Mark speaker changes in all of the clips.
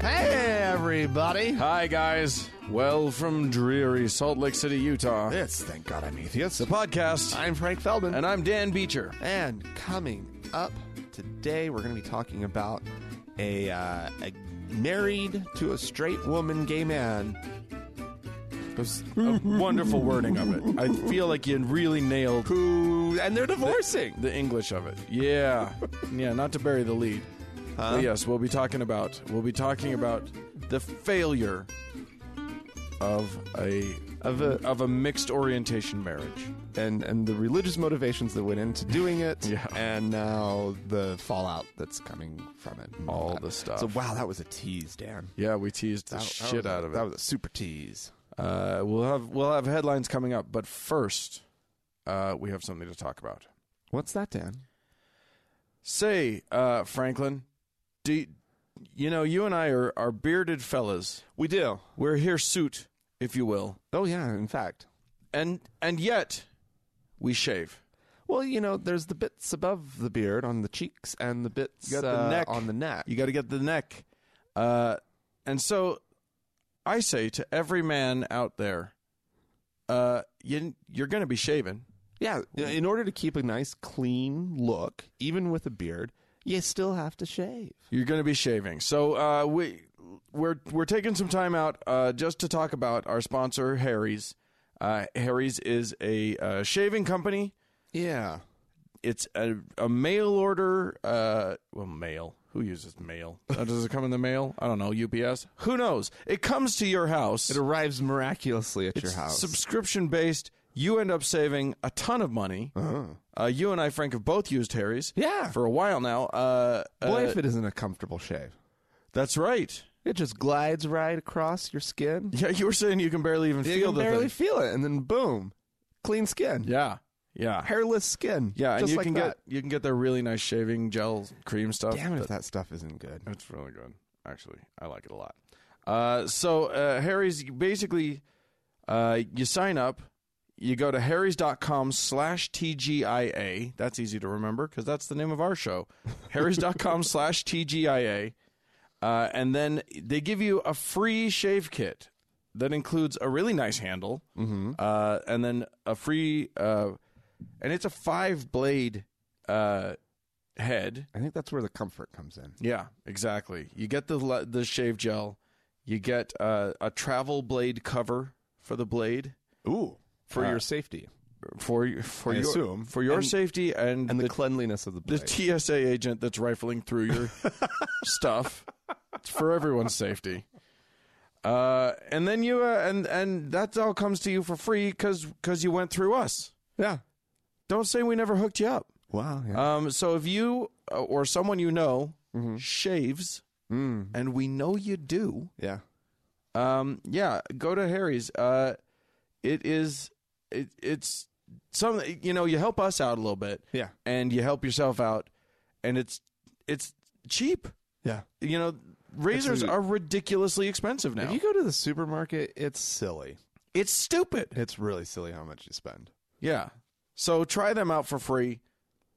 Speaker 1: Hey, everybody.
Speaker 2: Hi, guys. Well, from dreary Salt Lake City, Utah,
Speaker 1: It's Thank God I'm Atheist.
Speaker 2: the podcast,
Speaker 1: I'm Frank Feldman.
Speaker 2: and I'm Dan Beecher.
Speaker 1: And coming up today, we're going to be talking about a, uh, a married to a straight woman gay man.
Speaker 2: That's a wonderful wording of it. I feel like you really nailed
Speaker 1: Who, and they're divorcing.
Speaker 2: the English of it. Yeah, yeah. Not to bury the lead. But yes, we'll be talking about we'll be talking about the failure of a
Speaker 1: Of a-
Speaker 2: of a mixed orientation marriage.
Speaker 1: And, and the religious motivations that went into doing it.
Speaker 2: Yeah.
Speaker 1: And now the fallout that's coming from it. and
Speaker 2: All
Speaker 1: that.
Speaker 2: the stuff.
Speaker 1: So, wow, that was a tease, Dan.
Speaker 2: Yeah, we teased the
Speaker 1: That- that
Speaker 2: shit
Speaker 1: was a-
Speaker 2: out of it.
Speaker 1: That was a super tease.
Speaker 2: Uh, we'll have we'll have headlines coming up, but first, uh, we have something to talk about.
Speaker 1: What's that, Dan?
Speaker 2: Say, uh, Franklin, do you, you know you and I are are bearded fellas.
Speaker 1: We do.
Speaker 2: We're hirsute, if you will,
Speaker 1: Oh, yeah, in fact.
Speaker 2: and and yet we shave.
Speaker 1: Well, you know, there's the bits above the beard on the cheeks and the bits
Speaker 2: You got the
Speaker 1: uh,
Speaker 2: neck.
Speaker 1: on the neck.
Speaker 2: You got to get the neck, uh, and so I say to every man out there, uh, you you're going to be shaving.
Speaker 1: yeah, in order to keep a nice clean look, even with a beard, you still have to shave.
Speaker 2: You're going to be shaving. So uh, we we're we're taking some time out uh, just to talk about our sponsor, Harry's. Uh, Harry's is a uh, shaving company.
Speaker 1: Yeah.
Speaker 2: It's a, a mail order. Uh, well, mail. Who uses mail? Uh, does it come in the mail? I don't know. UPS. Who knows? It comes to your house.
Speaker 1: It arrives miraculously at your house.
Speaker 2: Subscription based. You end up saving a ton of money. Uh, you and I, Frank, have both used Harry's.
Speaker 1: Uh-huh. Yeah.
Speaker 2: For a while now. Uh, uh,
Speaker 1: Boy, if it isn't a comfortable shave.
Speaker 2: that's right.
Speaker 1: It just glides right across your skin.
Speaker 2: Yeah, you were saying you can barely even
Speaker 1: You
Speaker 2: feel
Speaker 1: can
Speaker 2: the
Speaker 1: barely
Speaker 2: thing.
Speaker 1: feel it, and then boom, clean skin.
Speaker 2: Yeah, yeah,
Speaker 1: Hairless skin.
Speaker 2: yeah.
Speaker 1: just
Speaker 2: and you
Speaker 1: like
Speaker 2: can
Speaker 1: that.
Speaker 2: get you can get their really nice shaving gel cream stuff.
Speaker 1: Damn it, if that stuff isn't good.
Speaker 2: It's really good, actually. I like it a lot. Uh, so uh, Harry's basically, uh, you sign up, you go to harrys.com slash TGIA. That's easy to remember because that's the name of our show. harrys.com slash TGIA. Uh, and then they give you a free shave kit that includes a really nice handle uh, and then a free, uh, and it's a five blade uh, head.
Speaker 1: I think that's where the comfort comes in.
Speaker 2: Yeah, exactly. You get the le- the shave gel. You get uh, a travel blade cover for the blade
Speaker 1: Ooh, for your safety
Speaker 2: for y- for
Speaker 1: I
Speaker 2: your
Speaker 1: assume.
Speaker 2: for your
Speaker 1: And-
Speaker 2: safety and,
Speaker 1: and the,
Speaker 2: the,
Speaker 1: cleanliness of the
Speaker 2: the
Speaker 1: blade.
Speaker 2: TSA agent that's rifling through your stuff. It's for everyone's safety. Uh, and then you uh, and and that all comes to you for free because you went through us.
Speaker 1: yeah.
Speaker 2: Don't say we never hooked you up.
Speaker 1: Wow. Yeah.
Speaker 2: Um, so if you uh, or someone you know
Speaker 1: Mm-hmm.
Speaker 2: shaves, and we know you do,
Speaker 1: Uh, mm, yeah.
Speaker 2: Um, yeah, go to Harry's. Uh, it is, it, it's some, you know, you help us out a little bit
Speaker 1: Yeah.
Speaker 2: and you help yourself out and it's, it's cheap.
Speaker 1: Yeah.
Speaker 2: You know, razors
Speaker 1: It's a-
Speaker 2: are ridiculously expensive
Speaker 1: If
Speaker 2: now.
Speaker 1: you go to the supermarket, it's silly.
Speaker 2: it's stupid.
Speaker 1: It's really silly how much you spend.
Speaker 2: Yeah. So try them out for free.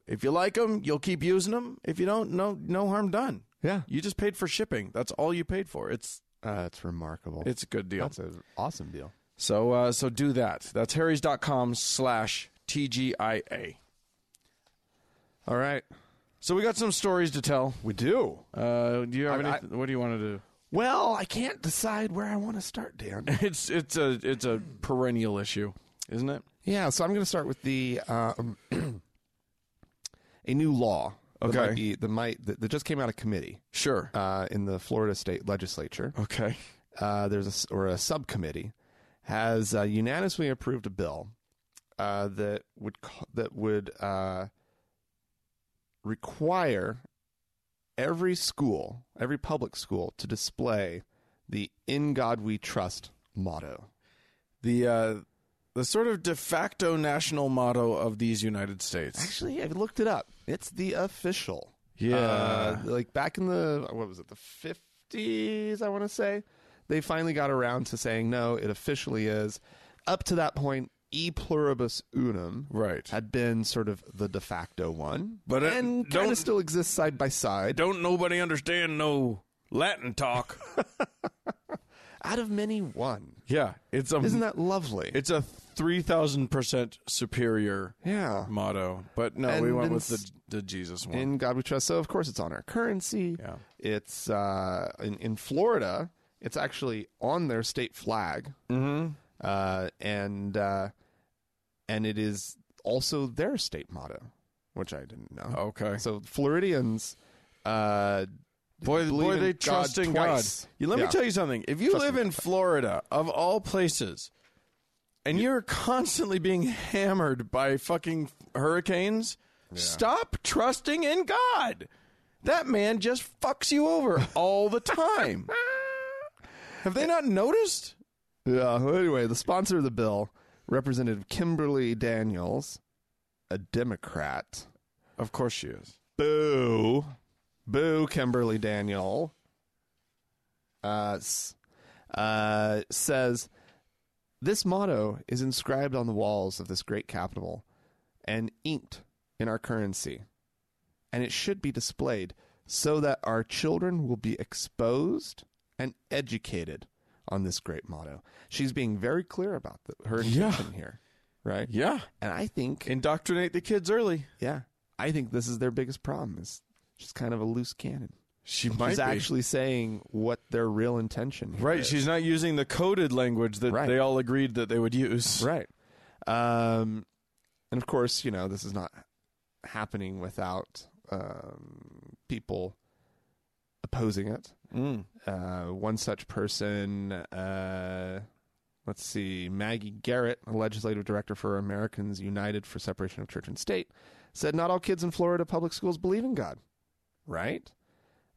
Speaker 2: If you like them, you'll keep using them. If you don't, no, no harm done.
Speaker 1: Yeah.
Speaker 2: You just paid for shipping. That's all you paid for. It's,
Speaker 1: Uh, it's remarkable.
Speaker 2: it's a good deal.
Speaker 1: That's an awesome deal.
Speaker 2: So uh, so do that. That's harrys.com slash TGIA.
Speaker 1: All right.
Speaker 2: So we got some stories to tell.
Speaker 1: We do.
Speaker 2: Uh, do you have any?
Speaker 1: I-
Speaker 2: what do you want to do?
Speaker 1: Well, I can't decide where I want to start, Dan.
Speaker 2: It's it's a it's a perennial issue, isn't it?
Speaker 1: yeah, so I'm going to start with the um, a new law.
Speaker 2: Okay.
Speaker 1: That might be, that, might, that, that just came out of committee
Speaker 2: Sure.
Speaker 1: uh, in the Florida state legislature.
Speaker 2: okay.
Speaker 1: uh, there's a s or a subcommittee has uh, unanimously approved a bill uh, that would co- that would uh, require every school, every public school, to display the "In God We Trust" motto.
Speaker 2: The uh, the sort of de facto national motto of these United States.
Speaker 1: Actually, I looked it up. It's the official.
Speaker 2: Yeah.
Speaker 1: Uh, like back in the what was it, the fifties, I wanna say. They finally got around to saying no, it officially is. Up to that point, e pluribus unum
Speaker 2: Right.
Speaker 1: had been sort of the de facto one.
Speaker 2: But it-
Speaker 1: and
Speaker 2: don't-
Speaker 1: kinda still exists side by side.
Speaker 2: Don't nobody understand no Latin talk.
Speaker 1: Out of many, one.
Speaker 2: yeah, it's a
Speaker 1: Isn't that lovely?
Speaker 2: it's a three thousand percent superior
Speaker 1: yeah.
Speaker 2: motto. But no, we
Speaker 1: And
Speaker 2: went
Speaker 1: in
Speaker 2: with the
Speaker 1: s-
Speaker 2: the Jesus one.
Speaker 1: In God We Trust. So, of course, it's on our currency.
Speaker 2: yeah,
Speaker 1: It's uh, in, in Florida. It's actually on their state flag,
Speaker 2: mm-hmm.
Speaker 1: uh, and uh, and it is also their state motto, which I didn't know.
Speaker 2: Oh, okay.
Speaker 1: So Floridians, uh,
Speaker 2: Boy,
Speaker 1: believe
Speaker 2: boy,
Speaker 1: in
Speaker 2: they
Speaker 1: God
Speaker 2: trust in
Speaker 1: twice.
Speaker 2: God. You, let
Speaker 1: Yeah.
Speaker 2: me tell you something. If you
Speaker 1: Trust
Speaker 2: live
Speaker 1: in
Speaker 2: in Florida, of all places, and you're constantly being hammered by fucking hurricanes, stop trusting in God. That man just fucks you over all the time. Have they not noticed?
Speaker 1: yeah. uh, well, Anyway, the sponsor of the bill, Representative Kimberly Daniels, a Democrat.
Speaker 2: Of course she is.
Speaker 1: Boo, boo, Kimberly Daniel. Uh, s- uh, says this motto is inscribed on the walls of this great capital and inked in our currency, and it should be displayed so that our children will be exposed and educated on this great motto. She's being very clear about the, her
Speaker 2: Yeah.
Speaker 1: intention here, right?
Speaker 2: Yeah.
Speaker 1: And I think
Speaker 2: Indoctrinate the kids early.
Speaker 1: yeah, I think this is their biggest problem. Is she's kind of a loose cannon.
Speaker 2: She might
Speaker 1: she's
Speaker 2: be.
Speaker 1: actually saying what their real intention. here
Speaker 2: right.
Speaker 1: is.
Speaker 2: She's not using the coded language that
Speaker 1: Right.
Speaker 2: they all agreed that they would use.
Speaker 1: right. Um, and of course, you know this is not happening without um, people opposing it.
Speaker 2: Mm.
Speaker 1: Uh, one such person, uh, let's see, Maggie Garrett, a legislative director for Americans United for Separation of Church and State, said not all kids in Florida public schools believe in God, right?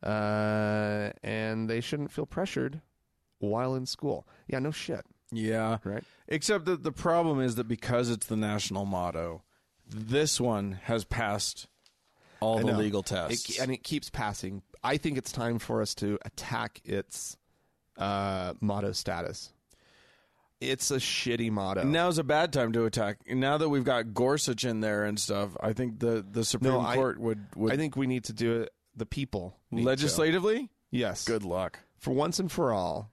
Speaker 1: Uh, and they shouldn't feel pressured while in school. Yeah, no shit,
Speaker 2: Yeah.
Speaker 1: right?
Speaker 2: Except that the problem is that because it's the national motto, this one has passed all
Speaker 1: I
Speaker 2: the
Speaker 1: know.
Speaker 2: legal
Speaker 1: It,
Speaker 2: tests.
Speaker 1: and it keeps passing. I think it's time for us to attack its uh, motto status. It's a shitty motto.
Speaker 2: Now's a bad time to attack. Now that we've got Gorsuch in there and stuff, I think the, the Supreme
Speaker 1: No, I-
Speaker 2: Court would, would
Speaker 1: I think we need to do it. The people need to.
Speaker 2: legislatively.
Speaker 1: Yes.
Speaker 2: Good luck.
Speaker 1: For once and for all,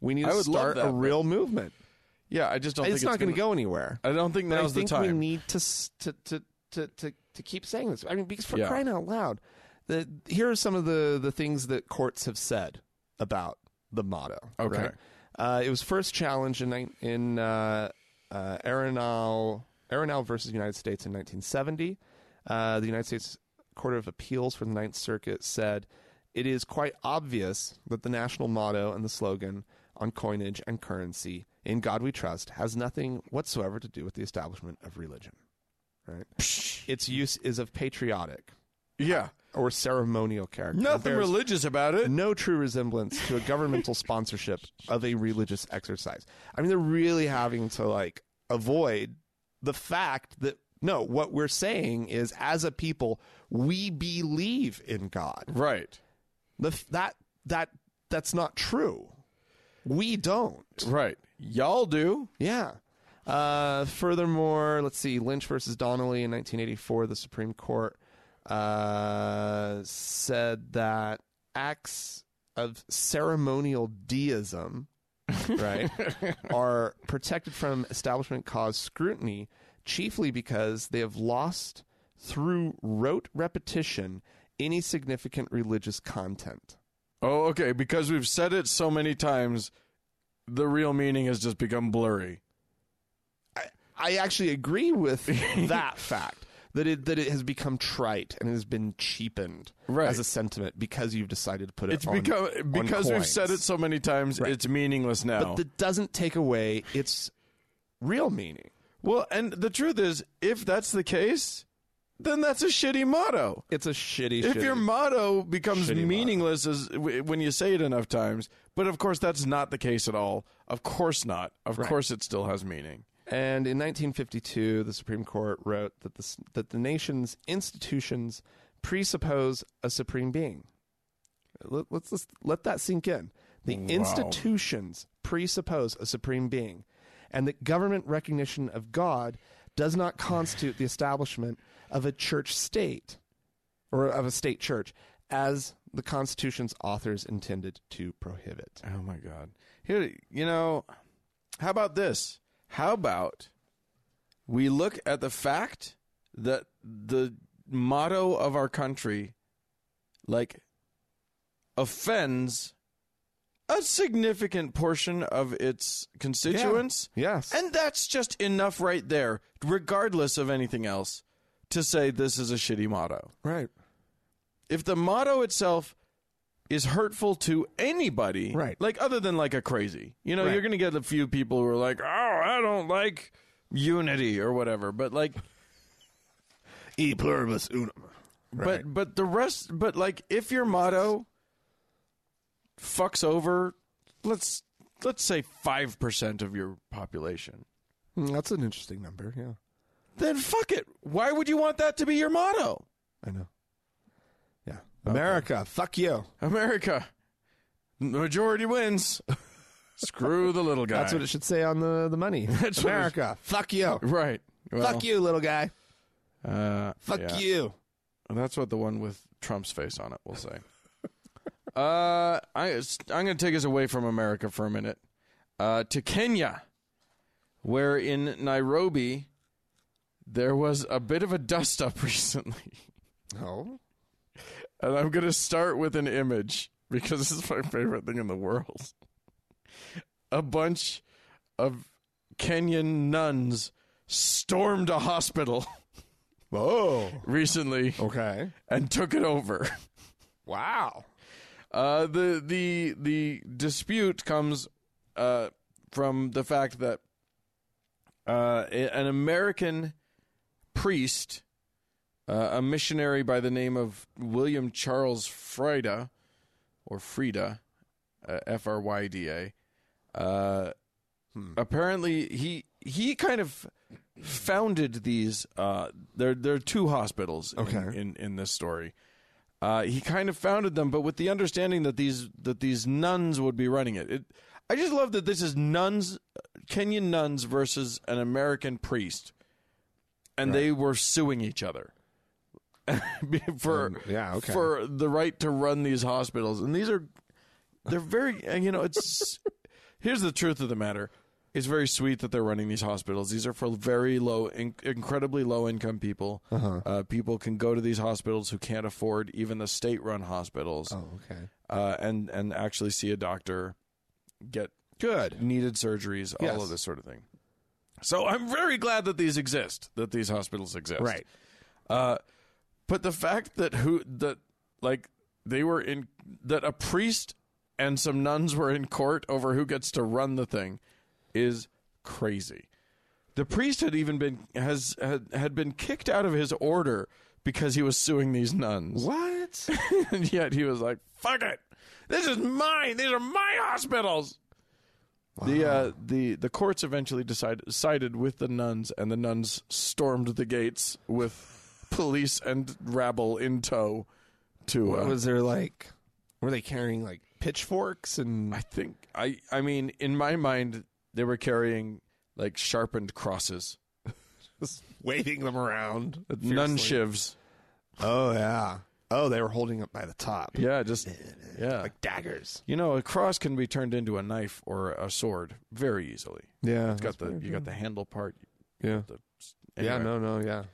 Speaker 1: we need
Speaker 2: I
Speaker 1: to
Speaker 2: would love
Speaker 1: start
Speaker 2: that,
Speaker 1: a
Speaker 2: but-
Speaker 1: real movement.
Speaker 2: Yeah, I just don't think
Speaker 1: It's not going to
Speaker 2: gonna-
Speaker 1: go anywhere.
Speaker 2: I don't think
Speaker 1: But
Speaker 2: now's
Speaker 1: I think
Speaker 2: the time.
Speaker 1: we need to, s- to to to to to keep saying this. I mean, because for
Speaker 2: Yeah.
Speaker 1: crying out loud, the here are some of the the things that courts have said about the motto.
Speaker 2: Okay.
Speaker 1: right? Uh, it was first challenged in nine- in uh, uh, Arenal Arenal versus United States in 1970. Uh, the United States Court of Appeals for the Ninth Circuit said it is quite obvious that the national motto and the slogan on coinage and currency in God we trust has nothing whatsoever to do with the establishment of religion. Right? Its use is of patriotic
Speaker 2: yeah.
Speaker 1: or ceremonial character. and
Speaker 2: Nothing
Speaker 1: bears
Speaker 2: religious about it.
Speaker 1: no true resemblance to a governmental sponsorship of a religious exercise. I mean, they're really having to like avoid the fact that no, what we're saying is, as a people, we believe in God.
Speaker 2: Right.
Speaker 1: The, f- that that that's not true. We don't.
Speaker 2: Right. Y'all do.
Speaker 1: Yeah. Uh, furthermore, let's see Lynch versus Donnelly in 1984. The Supreme Court uh, said that acts of ceremonial deism, right, are protected from establishment cause scrutiny, chiefly because they have lost through rote repetition any significant religious content.
Speaker 2: Oh, okay. Because we've said it so many times, the real meaning has just become blurry.
Speaker 1: I, I actually agree with that fact that it that it has become trite and has been cheapened
Speaker 2: Right.
Speaker 1: as a sentiment because you've decided to put it.
Speaker 2: It's
Speaker 1: on,
Speaker 2: become
Speaker 1: on
Speaker 2: because we've
Speaker 1: coins.
Speaker 2: said it so many times. It's meaningless now.
Speaker 1: But that doesn't take away its real meaning.
Speaker 2: well, and the truth is, if that's the case, then that's a shitty motto.
Speaker 1: It's a shitty.
Speaker 2: If
Speaker 1: shitty-
Speaker 2: your motto becomes
Speaker 1: Shitty motto.
Speaker 2: meaningless as w- when you say it enough times, but of course that's not the case at all. Of course not. Of course it still has meaning.
Speaker 1: And in 1952, the Supreme Court wrote that the s- that the nation's institutions presuppose a supreme being. Let, let's, let's let that sink in. The institutions presuppose a supreme being, and that government recognition of God does not constitute the establishment of a church state or of a state church as the Constitution's authors intended to prohibit.
Speaker 2: Oh my God. Here, you know, how about this? How about we look at the fact that the motto of our country, like, offends a significant portion of its constituents,
Speaker 1: Yes.
Speaker 2: and that's just enough right there, regardless of anything else, to say this is a shitty motto
Speaker 1: right.
Speaker 2: if the motto itself is hurtful to anybody,
Speaker 1: Right.
Speaker 2: Like other than like a crazy, you know,
Speaker 1: Right.
Speaker 2: you're gonna get a few people who are like, "Oh, I don't like unity" or whatever. But like,
Speaker 1: E pluribus unum. Right.
Speaker 2: but but the rest, but like, if your motto fucks over, let's let's say five percent of your population,
Speaker 1: Hmm, that's an interesting number. Yeah.
Speaker 2: then fuck it. Why would you want that to be your motto,
Speaker 1: I know. Yeah. America, fuck you.
Speaker 2: America? Majority wins. Screw the little guy.
Speaker 1: That's what it should say on the, the money.
Speaker 2: That's what it-
Speaker 1: America, fuck you.
Speaker 2: Right. Well,
Speaker 1: fuck you, little guy.
Speaker 2: Uh,
Speaker 1: Fuck
Speaker 2: yeah.
Speaker 1: you.
Speaker 2: That's what the one with Trump's face on it will say. uh, I, am going to take us away from America for a minute uh, to Kenya, where in Nairobi there was a bit of a dust up recently.
Speaker 1: No.
Speaker 2: And I'm going to start with an image because this is my favorite thing in the world. A bunch of Kenyan nuns stormed a hospital
Speaker 1: Whoa.
Speaker 2: recently
Speaker 1: Okay.
Speaker 2: and took it over.
Speaker 1: Wow.
Speaker 2: Uh, the the the dispute comes uh, from the fact that uh, a- an American priest, uh, a missionary by the name of William Charles Frida, or Frida, uh, F R Y D A, uh, apparently he he kind of founded these. Uh, there there are two hospitals in-
Speaker 1: Okay.
Speaker 2: in, in this story. Uh, he kind of founded them, but with the understanding that these that these nuns would be running it. it I just love that this is nuns, Kenyan nuns versus an American priest, and they were suing each other for
Speaker 1: Um, yeah, okay.
Speaker 2: for the right to run these hospitals. And these are they're very uh, you know it's here's the truth of the matter. It's very sweet that they're running these hospitals. These are for very low, in- incredibly low income people.
Speaker 1: Uh-huh.
Speaker 2: Uh, people can go to these hospitals who can't afford even the state run hospitals
Speaker 1: Oh, okay.
Speaker 2: uh, and and actually see a doctor, get
Speaker 1: Good.
Speaker 2: needed surgeries, all
Speaker 1: Yes.
Speaker 2: of this sort of thing. So I'm very glad that these exist, that these hospitals exist.
Speaker 1: Right.
Speaker 2: Uh, but the fact that who that like they were in that a priest and some nuns were in court over who gets to run the thing is crazy. The priest had even been has had, had been kicked out of his order because he was suing these nuns.
Speaker 1: What?
Speaker 2: and yet he was like, "Fuck it, this is mine. These are my hospitals." The uh, the the courts eventually decided sided with the nuns, and the nuns stormed the gates with police and rabble in tow. To uh,
Speaker 1: was there like, were they carrying like pitchforks and.
Speaker 2: I think I I mean in my mind they were carrying like sharpened crosses,
Speaker 1: Just waving them around.
Speaker 2: nun
Speaker 1: fiercely.
Speaker 2: shivs.
Speaker 1: Oh, yeah. Oh, they were holding up by the top.
Speaker 2: Yeah, just yeah.
Speaker 1: Like daggers.
Speaker 2: you know, a cross can be turned into a knife or a sword very easily.
Speaker 1: Yeah.
Speaker 2: It's got the you got the handle part.
Speaker 1: Yeah.
Speaker 2: The,
Speaker 1: Yeah,
Speaker 2: anyway.
Speaker 1: no, no, yeah.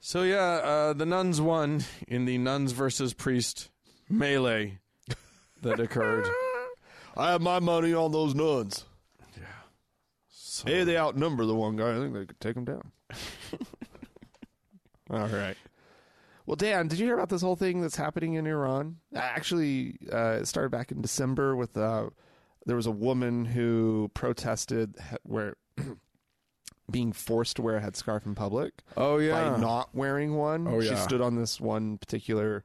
Speaker 2: So yeah, uh, the nuns won in the nuns versus priest melee that occurred.
Speaker 1: I have my money on those nuns.
Speaker 2: yeah. So,
Speaker 1: Hey, they outnumber the one guy. I think they could take him down. All right. Well, Dan, did you hear about this whole thing that's happening in Iran? Uh, Actually, uh, it started back in December with uh, there was a woman who protested he- where being forced to wear a headscarf in public
Speaker 2: oh yeah.
Speaker 1: by not wearing one.
Speaker 2: Oh,
Speaker 1: She
Speaker 2: yeah.
Speaker 1: stood on this one particular,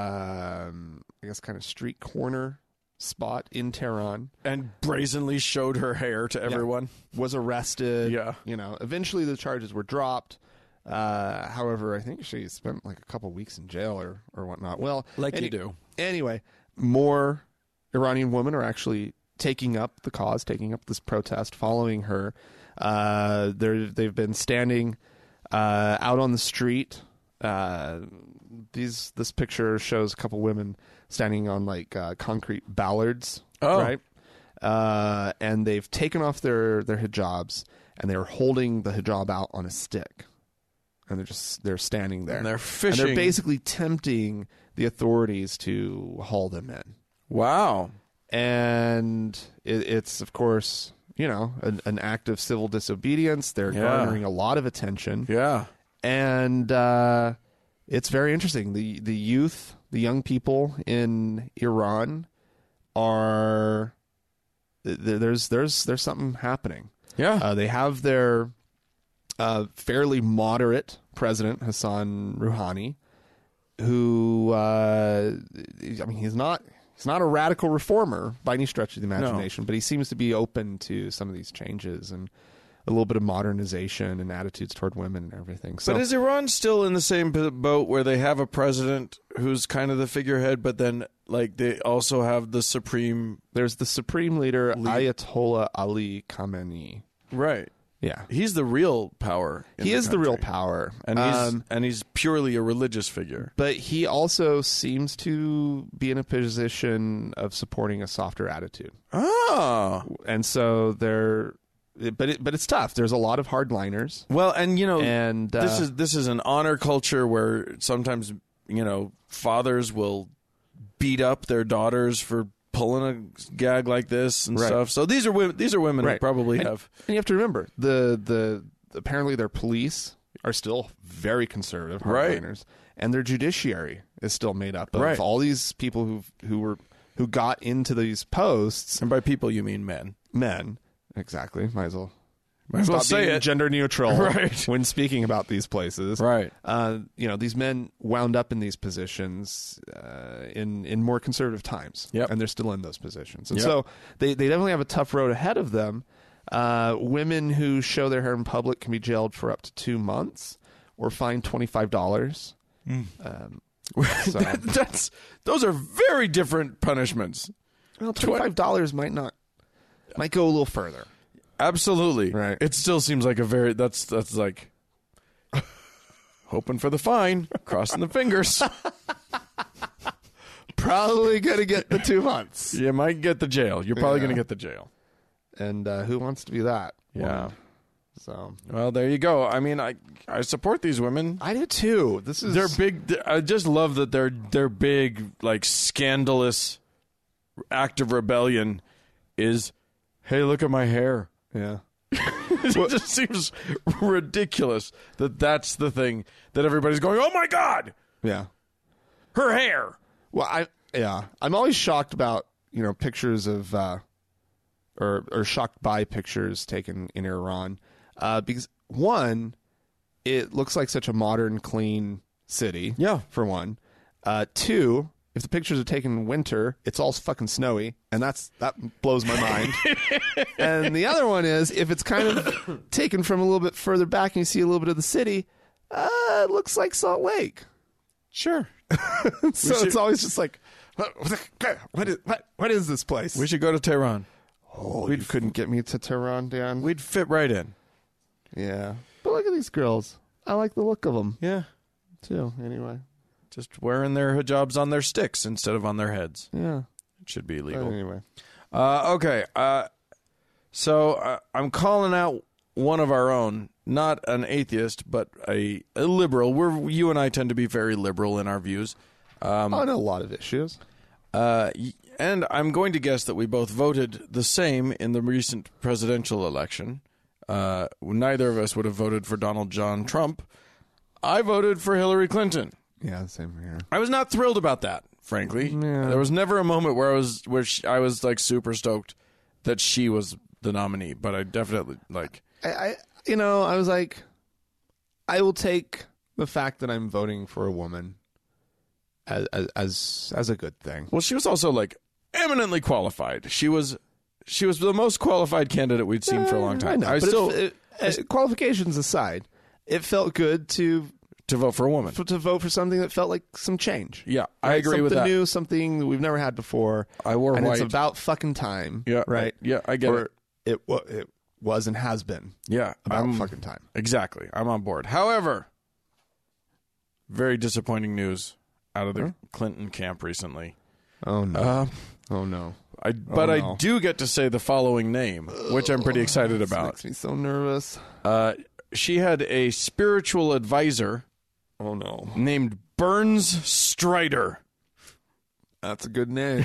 Speaker 1: um, I guess, kind of street corner spot in Tehran.
Speaker 2: and brazenly showed her hair to everyone.
Speaker 1: was arrested.
Speaker 2: Yeah.
Speaker 1: You know, eventually the charges were dropped. Uh, however, I think she spent like a couple weeks in jail or, or whatnot. Well,
Speaker 2: Like
Speaker 1: any-
Speaker 2: you do.
Speaker 1: Anyway, more Iranian women are actually taking up the cause, taking up this protest, following her. Uh, they're, they've been standing uh, out on the street. Uh, these this picture shows a couple women standing on like uh, concrete ballards,
Speaker 2: Oh.
Speaker 1: right? Uh, and they've taken off their their hijabs and they're holding the hijab out on a stick, and they're just they're standing there.
Speaker 2: And they're fishing.
Speaker 1: And they're basically tempting the authorities to haul them in.
Speaker 2: wow.
Speaker 1: And it, it's, of course, you know, an, an act of civil disobedience. They're
Speaker 2: Yeah.
Speaker 1: garnering a lot of attention.
Speaker 2: Yeah.
Speaker 1: And uh, it's very interesting. The, the youth, the young people in Iran are. th- There's there's there's something happening.
Speaker 2: Yeah.
Speaker 1: Uh, they have their uh, fairly moderate president, Hassan Rouhani, who uh, I mean, he's not he's not a radical reformer by any stretch of the imagination, but he seems to be open to some of these changes and a little bit of modernization and attitudes toward women and everything. So
Speaker 2: but is Iran still in the same b- boat where they have a president who's kind of the figurehead, but then like they also have the supreme
Speaker 1: there's the supreme leader Ayatollah Ali Khamenei.
Speaker 2: right?
Speaker 1: Yeah,
Speaker 2: He's the real power. in
Speaker 1: he is the real
Speaker 2: country.
Speaker 1: power,
Speaker 2: and he's
Speaker 1: Um,
Speaker 2: and he's purely a religious figure.
Speaker 1: but he also seems to be in a position of supporting a softer attitude
Speaker 2: Oh,
Speaker 1: and so they're but it, but it's tough there's a lot of hardliners
Speaker 2: well, and you know,
Speaker 1: and uh,
Speaker 2: this is this is an honor culture where sometimes you know fathers will beat up their daughters for pulling a gag like this and
Speaker 1: Right.
Speaker 2: stuff. So these are women. These are women who
Speaker 1: Right.
Speaker 2: probably
Speaker 1: And-
Speaker 2: have.
Speaker 1: and you have to remember the the apparently their police are still very conservative
Speaker 2: Right.
Speaker 1: hardliners and their judiciary is still made up of
Speaker 2: Right.
Speaker 1: all these people who who were who got into these posts
Speaker 2: And by people, you mean men.
Speaker 1: men exactly might as well
Speaker 2: Might as well
Speaker 1: stop
Speaker 2: say
Speaker 1: being
Speaker 2: it.
Speaker 1: gender neutral
Speaker 2: Right.
Speaker 1: when speaking about these places
Speaker 2: right.
Speaker 1: uh, you know, these men wound up in these positions uh, in in more conservative times,
Speaker 2: Yep.
Speaker 1: and they're still in those positions, and
Speaker 2: Yep.
Speaker 1: so they they definitely have a tough road ahead of them. Uh, women who show their hair in public can be jailed for up to two months or fined twenty five dollars.
Speaker 2: Mm.
Speaker 1: Um, so,
Speaker 2: That- that's those are very different punishments.
Speaker 1: well, twenty five dollars might not might go a little further.
Speaker 2: Absolutely.
Speaker 1: Right.
Speaker 2: It still seems like a very that's that's like hoping for the fine, crossing the fingers.
Speaker 1: Probably gonna get the two months.
Speaker 2: You might get the jail. You're probably
Speaker 1: Yeah.
Speaker 2: going to get the jail.
Speaker 1: And uh, who wants to be that?
Speaker 2: Yeah.
Speaker 1: So
Speaker 2: Well, there you go. I mean, I I support these women.
Speaker 1: I do too. This is
Speaker 2: They're big. th- I just love that they're their big like scandalous act of rebellion is, hey, look at my hair.
Speaker 1: yeah.
Speaker 2: it just seems ridiculous that that's the thing that everybody's going. Oh my god,
Speaker 1: Yeah.
Speaker 2: her hair.
Speaker 1: Well, I yeah, I'm always shocked about you know pictures of uh, or or shocked by pictures taken in Iran uh, because one, it looks like such a modern, clean city.
Speaker 2: Yeah.
Speaker 1: for one. Uh, two, if the pictures are taken in winter, it's all fucking snowy, and that's that blows my mind. and the other one is if it's kind of taken from a little bit further back and you see a little bit of the city, uh, it looks like Salt Lake
Speaker 2: Sure.
Speaker 1: so it's always just like, what, what is what, what is this place?
Speaker 2: We should go to Tehran.
Speaker 1: oh, you couldn't get me to Tehran, Dan.
Speaker 2: We'd fit right in.
Speaker 1: yeah, but look at these girls. I like the look of them
Speaker 2: Yeah.
Speaker 1: too. Anyway,
Speaker 2: Just wearing their hijabs on their sticks instead of on their heads.
Speaker 1: yeah.
Speaker 2: It should be
Speaker 1: But
Speaker 2: illegal.
Speaker 1: anyway,
Speaker 2: Uh, okay. Uh, so uh, I'm calling out one of our own, not an atheist, but a, a liberal. We're you and I tend to be very liberal in our views,
Speaker 1: on Oh, a lot of issues.
Speaker 2: uh, y- and I'm going to guess that we both voted the same in the recent presidential election. Uh, neither of us would have voted for Donald John Trump. I voted for Hillary Clinton.
Speaker 1: Yeah, same here.
Speaker 2: I was not thrilled about that, frankly. There was never a moment where I was where she, I was like super stoked that she was the nominee, but I definitely like
Speaker 1: I, I, you know, I was like, I will take the fact that I'm voting for a woman as as as, as a good thing.
Speaker 2: well she was also like eminently qualified. She was she was the most qualified candidate we'd seen for a long time.
Speaker 1: Eh, know,
Speaker 2: I,
Speaker 1: but it-
Speaker 2: still
Speaker 1: it- uh, qualifications aside, it felt good to
Speaker 2: to vote for a woman.
Speaker 1: for, to vote for something that felt like some change.
Speaker 2: Yeah, I
Speaker 1: Right?
Speaker 2: agree
Speaker 1: something
Speaker 2: with that.
Speaker 1: new, something that we've never had before.
Speaker 2: I wore
Speaker 1: and
Speaker 2: white.
Speaker 1: it's about fucking time.
Speaker 2: yeah,
Speaker 1: right.
Speaker 2: I- yeah, I get
Speaker 1: Or
Speaker 2: it.
Speaker 1: it wa- it was and has been
Speaker 2: Yeah,
Speaker 1: about
Speaker 2: I'm-
Speaker 1: fucking time.
Speaker 2: exactly. I'm on board. However, very disappointing news out of the Clinton camp recently.
Speaker 1: Oh no.
Speaker 2: Uh,
Speaker 1: oh no.
Speaker 2: I, but
Speaker 1: no.
Speaker 2: I do get to say the following name, which I'm pretty excited
Speaker 1: This
Speaker 2: about.
Speaker 1: makes me so nervous.
Speaker 2: Uh, she had a spiritual advisor
Speaker 1: Oh no.
Speaker 2: named Burns Strider.
Speaker 1: That's a good name.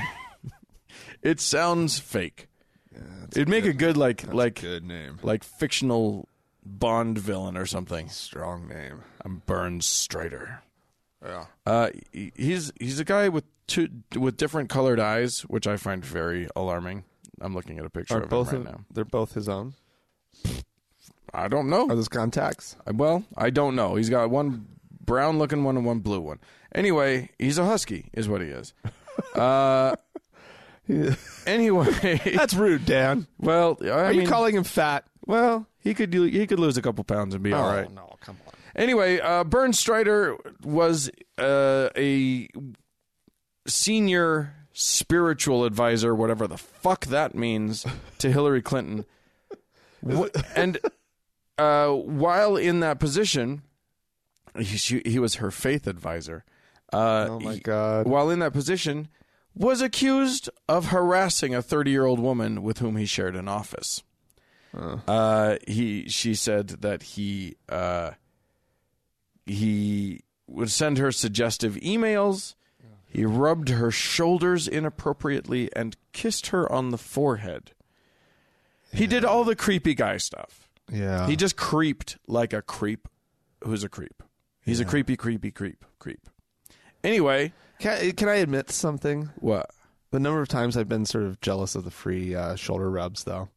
Speaker 2: It sounds fake. It'd make a good like like
Speaker 1: good name.
Speaker 2: like fictional Bond villain or something.
Speaker 1: Strong name.
Speaker 2: I'm Burns Strider.
Speaker 1: Yeah.
Speaker 2: Uh, he- he's he's a guy with two with different colored eyes, which I find very alarming. I'm looking at a picture
Speaker 1: Are
Speaker 2: of
Speaker 1: both
Speaker 2: him
Speaker 1: of-
Speaker 2: right now.
Speaker 1: they're both his own?
Speaker 2: I don't know.
Speaker 1: Are those contacts?
Speaker 2: Uh, Well, I don't know. He's got one brown looking one and one blue one. Anyway, he's a husky, is what he is. Uh, anyway,
Speaker 1: That's rude, Dan.
Speaker 2: well, I
Speaker 1: Are
Speaker 2: mean, Oh,
Speaker 1: you calling him fat?
Speaker 2: well, he could do, he could lose a couple pounds and be all right.
Speaker 1: no, come on.
Speaker 2: Anyway, uh, Bern Strider was uh, a senior spiritual advisor, whatever the fuck that means, to Hillary Clinton. Wh- and uh, while in that position, he, she, he was her faith advisor. Uh,
Speaker 1: Oh my
Speaker 2: he-
Speaker 1: god.
Speaker 2: while in that position, was accused of harassing a 30 year old woman with whom he shared an office. Uh, he she said that he uh, he would send her suggestive emails. He rubbed her shoulders inappropriately and kissed her on the forehead. He did all the creepy guy stuff.
Speaker 1: Yeah.
Speaker 2: He just creeped like a creep who's a creep. He's a creepy, creepy, creep, creep. Anyway,
Speaker 1: Can, can I admit something?
Speaker 2: what?
Speaker 1: The number of times I've been sort of jealous of the free uh, shoulder rubs, though.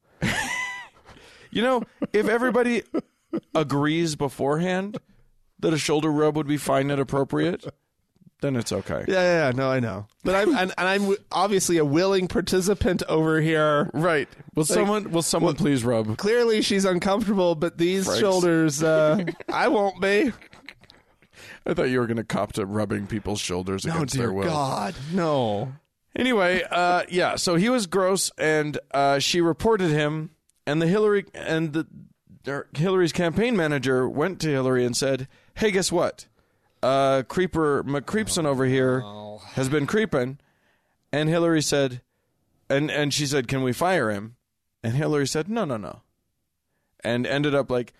Speaker 2: You know, if everybody agrees beforehand that a shoulder rub would be fine and appropriate, then it's okay.
Speaker 1: Yeah, yeah, yeah no, I know. But I'm and, and I'm w- obviously a willing participant over here.
Speaker 2: Right. Will someone will someone please rub?
Speaker 1: Clearly, she's uncomfortable, but these
Speaker 2: Frank's.
Speaker 1: shoulders, uh, I won't be.
Speaker 2: I thought you were going to cop to rubbing people's shoulders
Speaker 1: Oh
Speaker 2: against
Speaker 1: dear
Speaker 2: their will.
Speaker 1: God, no.
Speaker 2: Anyway, uh, yeah. So he was gross, and uh, she reported him. And the Hillary and the er, Hillary's campaign manager went to Hillary and said, "Hey, guess what? Uh, Creeper McCreepson over here has been creeping." And Hillary said, "And and she said, can we fire him?" And Hillary said, "No, no, no," and ended up like,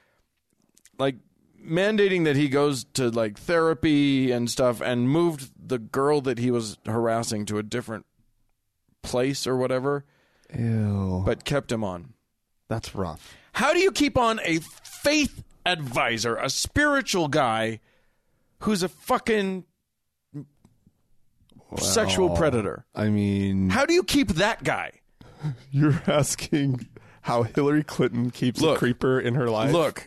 Speaker 2: like mandating that he goes to like therapy and stuff and moved the girl that he was harassing to a different place or whatever
Speaker 1: Ew, but
Speaker 2: but kept him on
Speaker 1: that's rough.
Speaker 2: how do you keep on a faith advisor a spiritual guy who's a fucking sexual predator
Speaker 1: I mean,
Speaker 2: how do you keep that guy
Speaker 1: you're asking how Hillary Clinton keeps
Speaker 2: Look.
Speaker 1: a creeper in her life.
Speaker 2: look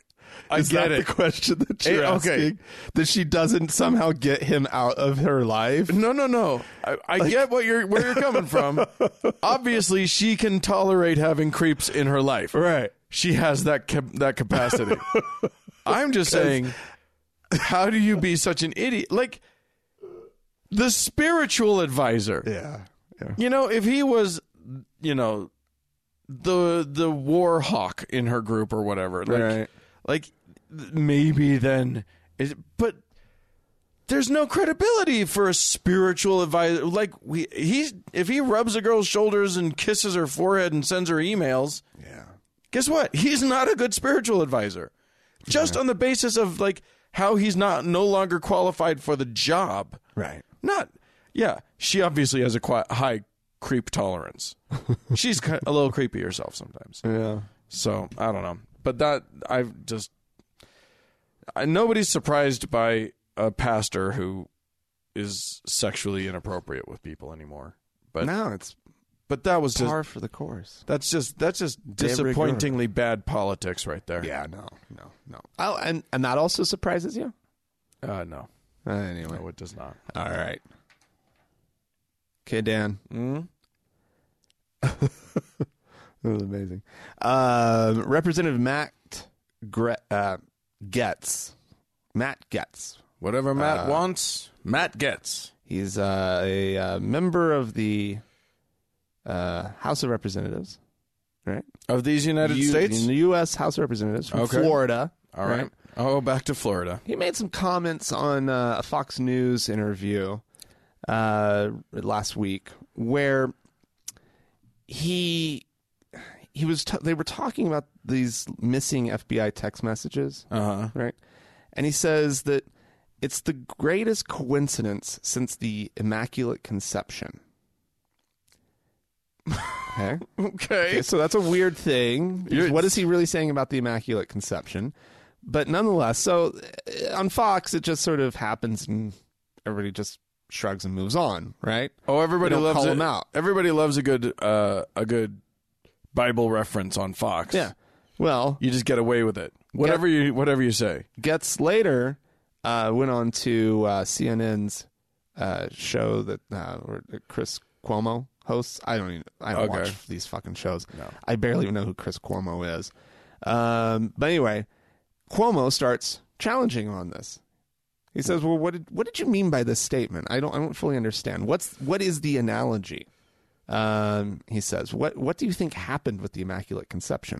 Speaker 2: i
Speaker 1: Is
Speaker 2: get
Speaker 1: that
Speaker 2: it
Speaker 1: the question that you're
Speaker 2: Eh, okay.
Speaker 1: asking? That she doesn't somehow get him out of her life?
Speaker 2: No, no, no. I, I get what you're where you're coming from. Obviously, she can tolerate having creeps in her life.
Speaker 1: Right.
Speaker 2: She has that cap- that capacity. I'm just saying, how do you be such an idiot? Like the spiritual advisor.
Speaker 1: Yeah. yeah.
Speaker 2: You know, if he was, you know, the the war hawk in her group or whatever, like,
Speaker 1: Right.
Speaker 2: like th- maybe then, is, but there's no credibility for a spiritual advisor. Like we, he's if he rubs a girl's shoulders and kisses her forehead and sends her emails,
Speaker 1: Yeah.
Speaker 2: guess what? He's not a good spiritual advisor. Just on the basis of like how he's not no longer qualified for the job.
Speaker 1: Right.
Speaker 2: Not, yeah. She obviously has a qui- high creep tolerance. She's ki- a little creepy herself sometimes.
Speaker 1: Yeah.
Speaker 2: So I don't know. But that I've just I, nobody's surprised by a pastor who is sexually inappropriate with people anymore. But
Speaker 1: No, it's
Speaker 2: but that was just
Speaker 1: par for the course.
Speaker 2: that's just that's just
Speaker 1: rigor.
Speaker 2: disappointingly bad politics right there.
Speaker 1: Yeah, no, no, no. Oh, and and that also surprises you.
Speaker 2: Uh, no,
Speaker 1: Uh, anyway,
Speaker 2: no, it does not.
Speaker 1: all right. Hmm? Okay, Dan.
Speaker 2: Mm?
Speaker 1: That was amazing. Um, Representative Matt Gre- uh, Getz. Matt Getz.
Speaker 2: Whatever Matt wants, Matt gets.
Speaker 1: He's uh, a uh, member of the uh, House of Representatives, right?
Speaker 2: Of these United
Speaker 1: U-
Speaker 2: States,
Speaker 1: in the U.S. House of Representatives from
Speaker 2: Okay.
Speaker 1: Florida.
Speaker 2: all right. Oh, back to Florida.
Speaker 1: He made some comments on uh, a Fox News interview uh, last week where he he was t- they were talking about these missing FBI text messages,
Speaker 2: Uh-huh.
Speaker 1: right? And he says that it's the greatest coincidence since the Immaculate Conception. Okay.
Speaker 2: Okay.
Speaker 1: Okay, so that's a weird thing. because
Speaker 2: You're-
Speaker 1: what is he really saying about the Immaculate Conception? But nonetheless, so uh, on Fox, it just sort of happens and everybody just shrugs and moves on, right?
Speaker 2: Oh, everybody
Speaker 1: They don't
Speaker 2: loves
Speaker 1: call
Speaker 2: it.
Speaker 1: him out.
Speaker 2: Everybody loves a good uh, a good Bible reference on Fox.
Speaker 1: Yeah. Well,
Speaker 2: You just get away with it. Whatever you whatever you say.
Speaker 1: Gets later uh, went on to uh, CNN's uh, show that uh, or that Chris Cuomo hosts. I don't even I don't
Speaker 2: Okay.
Speaker 1: watch these fucking shows. I barely even know who Chris Cuomo is. Um, but anyway, Cuomo starts challenging on this. He says, "Well, what did what did you mean by this statement? I don't I don't fully understand. What's what is the analogy?" Um, he says, "What what do you think happened with the Immaculate Conception?"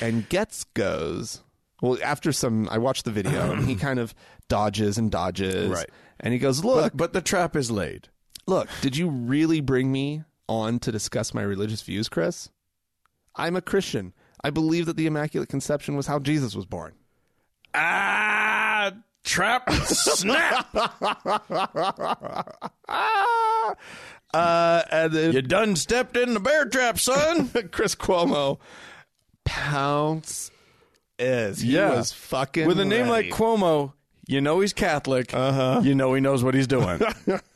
Speaker 1: and Getz goes, well, after some, I watched the video, and he kind of dodges and dodges,
Speaker 2: Right.
Speaker 1: And he goes, "Look,
Speaker 2: But the trap is laid.
Speaker 1: look, did you really bring me on to discuss my religious views, Chris? I'm a Christian. I believe that the Immaculate Conception was how Jesus was born."
Speaker 2: Ah, trap snap.
Speaker 1: Ah, uh, and then
Speaker 2: you done stepped in the bear trap, son.
Speaker 1: Chris Cuomo pounce is he
Speaker 2: Yeah.
Speaker 1: was fucking
Speaker 2: With a name like
Speaker 1: ready.
Speaker 2: Cuomo, you know he's Catholic. Uh-huh. You know he knows what he's doing.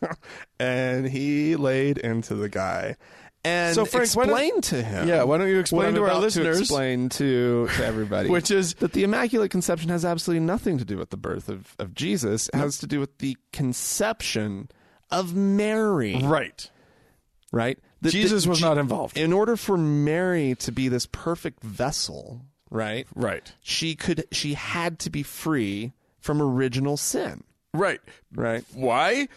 Speaker 1: and he laid into the guy and
Speaker 2: So, Frank, why don't-
Speaker 1: explained to him.
Speaker 2: yeah, why don't you
Speaker 1: what
Speaker 2: explain
Speaker 1: I'm
Speaker 2: to our
Speaker 1: about
Speaker 2: listeners?
Speaker 1: to explain to, to everybody,
Speaker 2: Which is-
Speaker 1: that the Immaculate Conception has absolutely nothing to do with the birth of, of Jesus. It has to do with the conception of Mary,
Speaker 2: Right.
Speaker 1: right? That-
Speaker 2: Jesus
Speaker 1: that
Speaker 2: was
Speaker 1: Je-
Speaker 2: not involved.
Speaker 1: In order for Mary to be this perfect vessel, right?
Speaker 2: right.
Speaker 1: She could. She had to be free from original sin,
Speaker 2: Right.
Speaker 1: right?
Speaker 2: Why?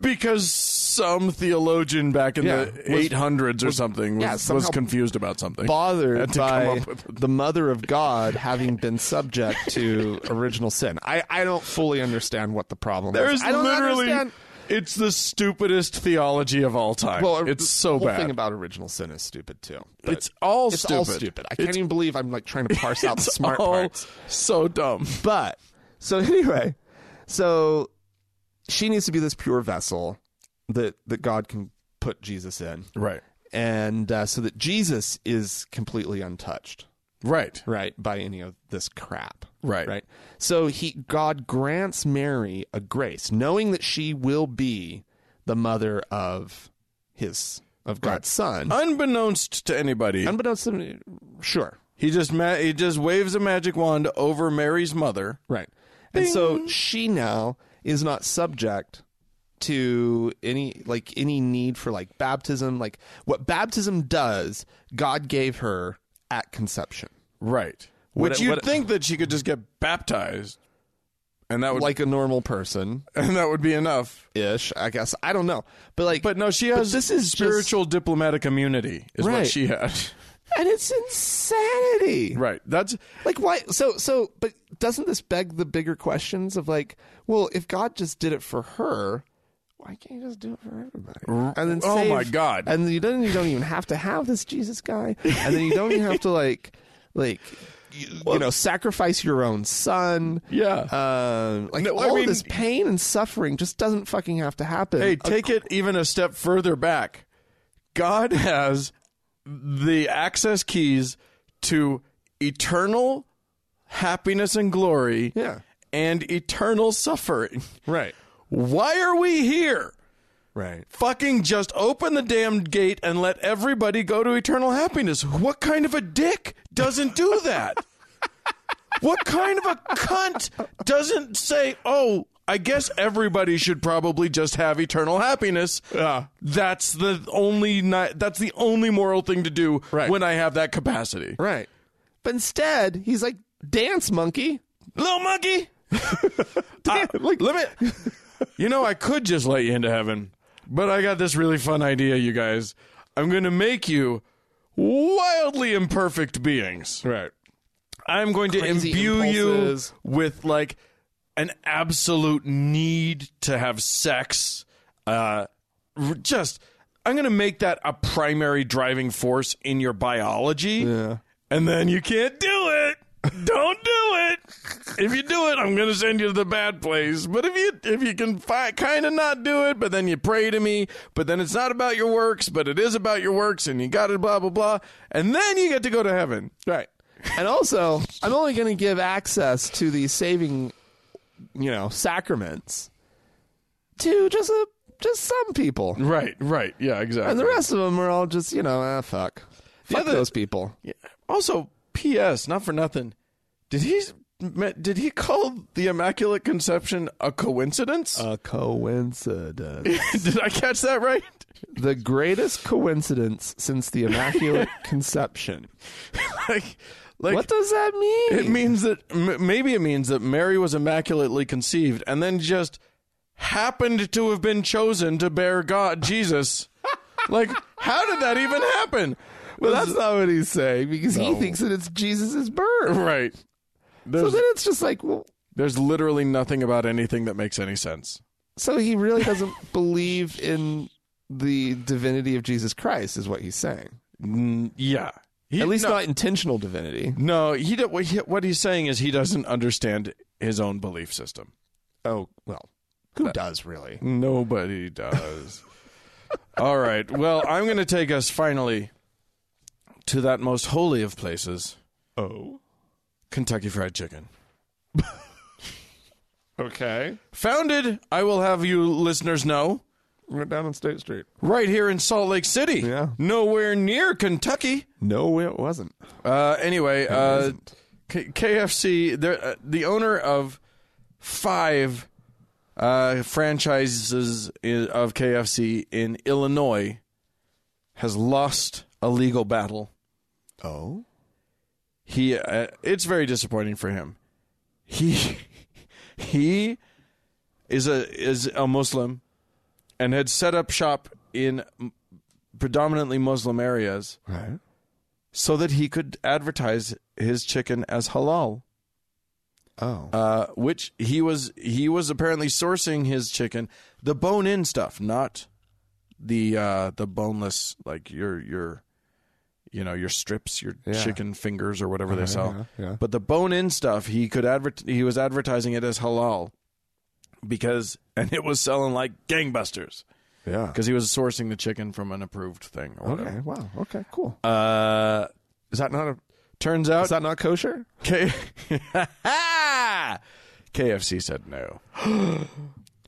Speaker 2: Because some theologian back in
Speaker 1: Yeah,
Speaker 2: the
Speaker 1: was-
Speaker 2: 800s or something was,
Speaker 1: yeah,
Speaker 2: was
Speaker 1: somehow
Speaker 2: confused about something.
Speaker 1: Bothered
Speaker 2: Had to come
Speaker 1: by
Speaker 2: up with it.
Speaker 1: the mother of God having been subject to original sin. I, I don't fully understand what the problem
Speaker 2: There
Speaker 1: is.
Speaker 2: is
Speaker 1: I don't
Speaker 2: literally.
Speaker 1: understand.
Speaker 2: It's the stupidest theology of all time.
Speaker 1: Well, uh,
Speaker 2: it's
Speaker 1: the
Speaker 2: so
Speaker 1: whole Thing
Speaker 2: bad.
Speaker 1: about original sin is stupid too. But
Speaker 2: It's all
Speaker 1: it's
Speaker 2: stupid.
Speaker 1: all stupid. I can't
Speaker 2: It's-
Speaker 1: even believe I'm like trying to parse out the
Speaker 2: it's
Speaker 1: smart
Speaker 2: all
Speaker 1: parts.
Speaker 2: So dumb.
Speaker 1: But so anyway, so she needs to be this pure vessel that that God can put Jesus in,
Speaker 2: Right.
Speaker 1: and uh, so that Jesus is completely untouched,
Speaker 2: Right.
Speaker 1: right, by any of this crap.
Speaker 2: Right.
Speaker 1: Right. So he God grants Mary a grace, knowing that she will be the mother of his of God's son.
Speaker 2: Oh. Unbeknownst to anybody,
Speaker 1: Unbeknownst to me, sure.
Speaker 2: he just ma- he just waves a magic wand over Mary's mother.
Speaker 1: Right. And so she now is not subject to any like any need for like baptism. Like what baptism does, God gave her at conception.
Speaker 2: Right. Which
Speaker 1: What-
Speaker 2: you'd
Speaker 1: what-
Speaker 2: think that she could just get baptized, and that would
Speaker 1: Like a normal person
Speaker 2: and that would be enough.
Speaker 1: ish, I guess. I don't know. But like
Speaker 2: But no, she has
Speaker 1: this is
Speaker 2: spiritual diplomatic immunity is what
Speaker 1: Right.
Speaker 2: she had.
Speaker 1: and it's insanity.
Speaker 2: right. That's
Speaker 1: Like why so so but doesn't this beg the bigger questions of like, well, if God just did it for her, why can't he just do it for everybody? And then
Speaker 2: Oh
Speaker 1: save-
Speaker 2: my God.
Speaker 1: And you don't you don't even have to have this Jesus guy. And then you don't even have to like like you, you know, sacrifice your own son.
Speaker 2: yeah.
Speaker 1: Um, like
Speaker 2: No, I
Speaker 1: all
Speaker 2: mean-
Speaker 1: this pain and suffering just doesn't fucking have to happen.
Speaker 2: hey, take it even a step further back. God has the access keys to eternal happiness and glory
Speaker 1: Yeah.
Speaker 2: and eternal suffering.
Speaker 1: Right.
Speaker 2: Why are we here?
Speaker 1: Right.
Speaker 2: Fucking just open the damn gate and let everybody go to eternal happiness. What kind of a dick doesn't do that? what kind of a cunt doesn't say, oh, I guess everybody should probably just have eternal happiness. That's the only ni- that's the only moral thing to do
Speaker 1: Right.
Speaker 2: when I have that capacity.
Speaker 1: Right. But instead, he's like, dance monkey.
Speaker 2: Little monkey. I- let me. You know, I could just let you into heaven, but I got this really fun idea, you guys. I'm going to make you wildly imperfect beings.
Speaker 1: Right.
Speaker 2: I'm going to
Speaker 1: Crazy
Speaker 2: imbue
Speaker 1: impulses.
Speaker 2: you with like an absolute need to have sex. Uh, r- just, I'm going to make that a primary driving force in your biology.
Speaker 1: Yeah.
Speaker 2: And then you can't do it. Don't do it. If you do it, I'm going to send you to the bad place. But if you if you can fi- kind of not do it, but then you pray to me, but then it's not about your works, but it is about your works, and you got to blah blah blah, and then you get to go to heaven.
Speaker 1: Right. And also, I'm only going to give access to the saving, you know, sacraments to just a, just some people.
Speaker 2: Right, right, yeah, exactly.
Speaker 1: And the rest of them are all just, you know, ah, fuck. Fuck
Speaker 2: other-
Speaker 1: those people.
Speaker 2: Yeah. Also, P.S. Not for nothing. Did he did he call the Immaculate Conception a coincidence?
Speaker 1: A coincidence.
Speaker 2: did I catch that right?
Speaker 1: the greatest coincidence since the Immaculate Conception.
Speaker 2: like, like
Speaker 1: what does that mean?
Speaker 2: it means that m- maybe it means that Mary was immaculately conceived and then just happened to have been chosen to bear God Jesus. like, how did that even happen?
Speaker 1: well, that's not what he's saying because he thinks that it's Jesus' birth.
Speaker 2: Right.
Speaker 1: So
Speaker 2: There's,
Speaker 1: then it's just like, well,
Speaker 2: there's literally nothing about anything that makes any sense.
Speaker 1: so he really doesn't believe in the divinity of Jesus Christ, is what he's saying.
Speaker 2: Mm, yeah. He-
Speaker 1: At least
Speaker 2: no,
Speaker 1: not intentional divinity.
Speaker 2: No, he, do- what he what he's saying is he doesn't understand his own belief system.
Speaker 1: Oh, well, who does really?
Speaker 2: Nobody does. All right. Well, I'm going to take us finally to that most holy of places,
Speaker 1: Oh.
Speaker 2: Kentucky Fried Chicken.
Speaker 1: Okay.
Speaker 2: Founded, I will have you listeners know,
Speaker 1: We're down on State Street.
Speaker 2: right here in Salt Lake City.
Speaker 1: Yeah.
Speaker 2: Nowhere near Kentucky.
Speaker 1: No, it wasn't.
Speaker 2: Uh, anyway, uh, K- KFC, they're, uh, the owner of five uh, franchises i- of KFC in Illinois, has lost a legal battle.
Speaker 1: Oh.
Speaker 2: He, uh, it's very disappointing for him. He, he is a is a Muslim, and had set up shop in m- predominantly Muslim areas
Speaker 1: Right.
Speaker 2: so that he could advertise his chicken as halal,
Speaker 1: Oh.
Speaker 2: uh, which he was he was apparently sourcing his chicken, the bone in stuff, not the uh, the boneless like your your you know your strips, your
Speaker 1: Yeah. Uh-huh,
Speaker 2: chicken fingers or whatever they sell,
Speaker 1: yeah, yeah.
Speaker 2: but the bone in stuff he could advert he was advertising it as halal because and it was selling like gangbusters
Speaker 1: yeah.
Speaker 2: because he was sourcing the chicken from an approved thing or whatever.
Speaker 1: Okay. Wow. Okay. Cool.
Speaker 2: Uh,
Speaker 1: Is that not a?
Speaker 2: turns out
Speaker 1: Is that not kosher?
Speaker 2: K- KFC said no.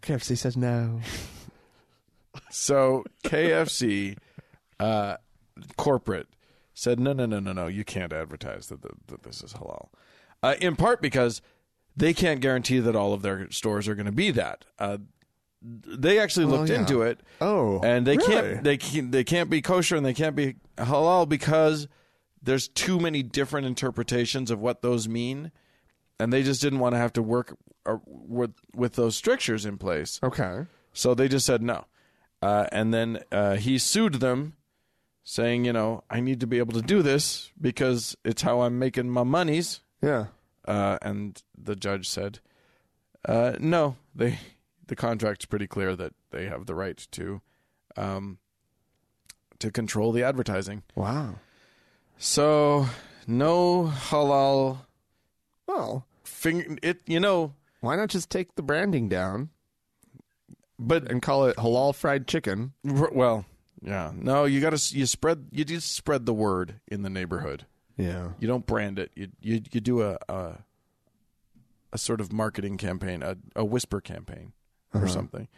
Speaker 1: KFC says no.
Speaker 2: So KFC uh, corporate said no, no, no, no, no. You can't advertise that, that, that this is halal. Uh, in part because they can't guarantee that all of their stores are going to be that. Uh, they actually looked
Speaker 1: yeah.
Speaker 2: into it.
Speaker 1: Oh,
Speaker 2: and they
Speaker 1: really?
Speaker 2: can't they can't, they can't be kosher and they can't be halal because there's too many different interpretations of what those mean and they just didn't want to have to work uh, with with those strictures in place
Speaker 1: Okay.
Speaker 2: so they just said no uh, and then uh, he sued them saying you know i need to be able to do this because it's how i'm making my monies
Speaker 1: Yeah.
Speaker 2: uh, and the judge said uh, no they the contract's pretty clear that they have the right to um, to control the advertising
Speaker 1: Wow.
Speaker 2: so no halal
Speaker 1: Well,
Speaker 2: finger it you know
Speaker 1: why not just take the branding down
Speaker 2: but
Speaker 1: and call it halal fried chicken?
Speaker 2: r- well yeah no you gotta s- you spread you just spread the word in the neighborhood
Speaker 1: Yeah.
Speaker 2: you don't brand it you you, you do a, a a sort of marketing campaign a, a whisper campaign or something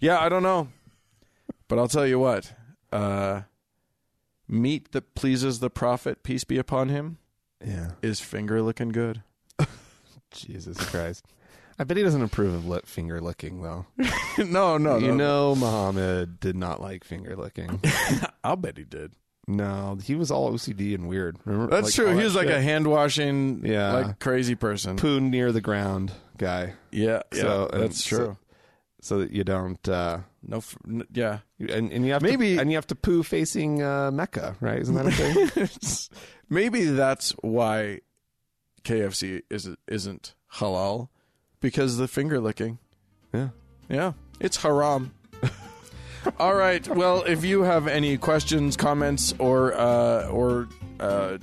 Speaker 2: yeah i don't know but i'll tell you what uh meat that pleases the prophet peace be upon him
Speaker 1: Yeah.
Speaker 2: is finger looking good
Speaker 1: Jesus Christ. I bet he doesn't approve of lip finger licking, though.
Speaker 2: no no
Speaker 1: you
Speaker 2: no.
Speaker 1: know, Muhammad did not like finger licking.
Speaker 2: i'll bet he did
Speaker 1: no, he was all OCD and weird. Remember,
Speaker 2: that's
Speaker 1: like, all
Speaker 2: true he
Speaker 1: that
Speaker 2: was like
Speaker 1: shit?
Speaker 2: a hand washing
Speaker 1: Yeah.
Speaker 2: like crazy person
Speaker 1: poo near the ground guy,
Speaker 2: yeah yeah
Speaker 1: So, and
Speaker 2: that's
Speaker 1: so-
Speaker 2: true
Speaker 1: so that you don't. Uh,
Speaker 2: no f- n- yeah
Speaker 1: you- and, and you have
Speaker 2: Maybe-
Speaker 1: to, and you have to poo facing uh, Mecca, right? Isn't that a thing?
Speaker 2: It's- Maybe that's why KFC is, isn't halal because the finger licking.
Speaker 1: Yeah.
Speaker 2: Yeah, it's haram. All right. Well, if you have any questions, comments, or uh, or uh,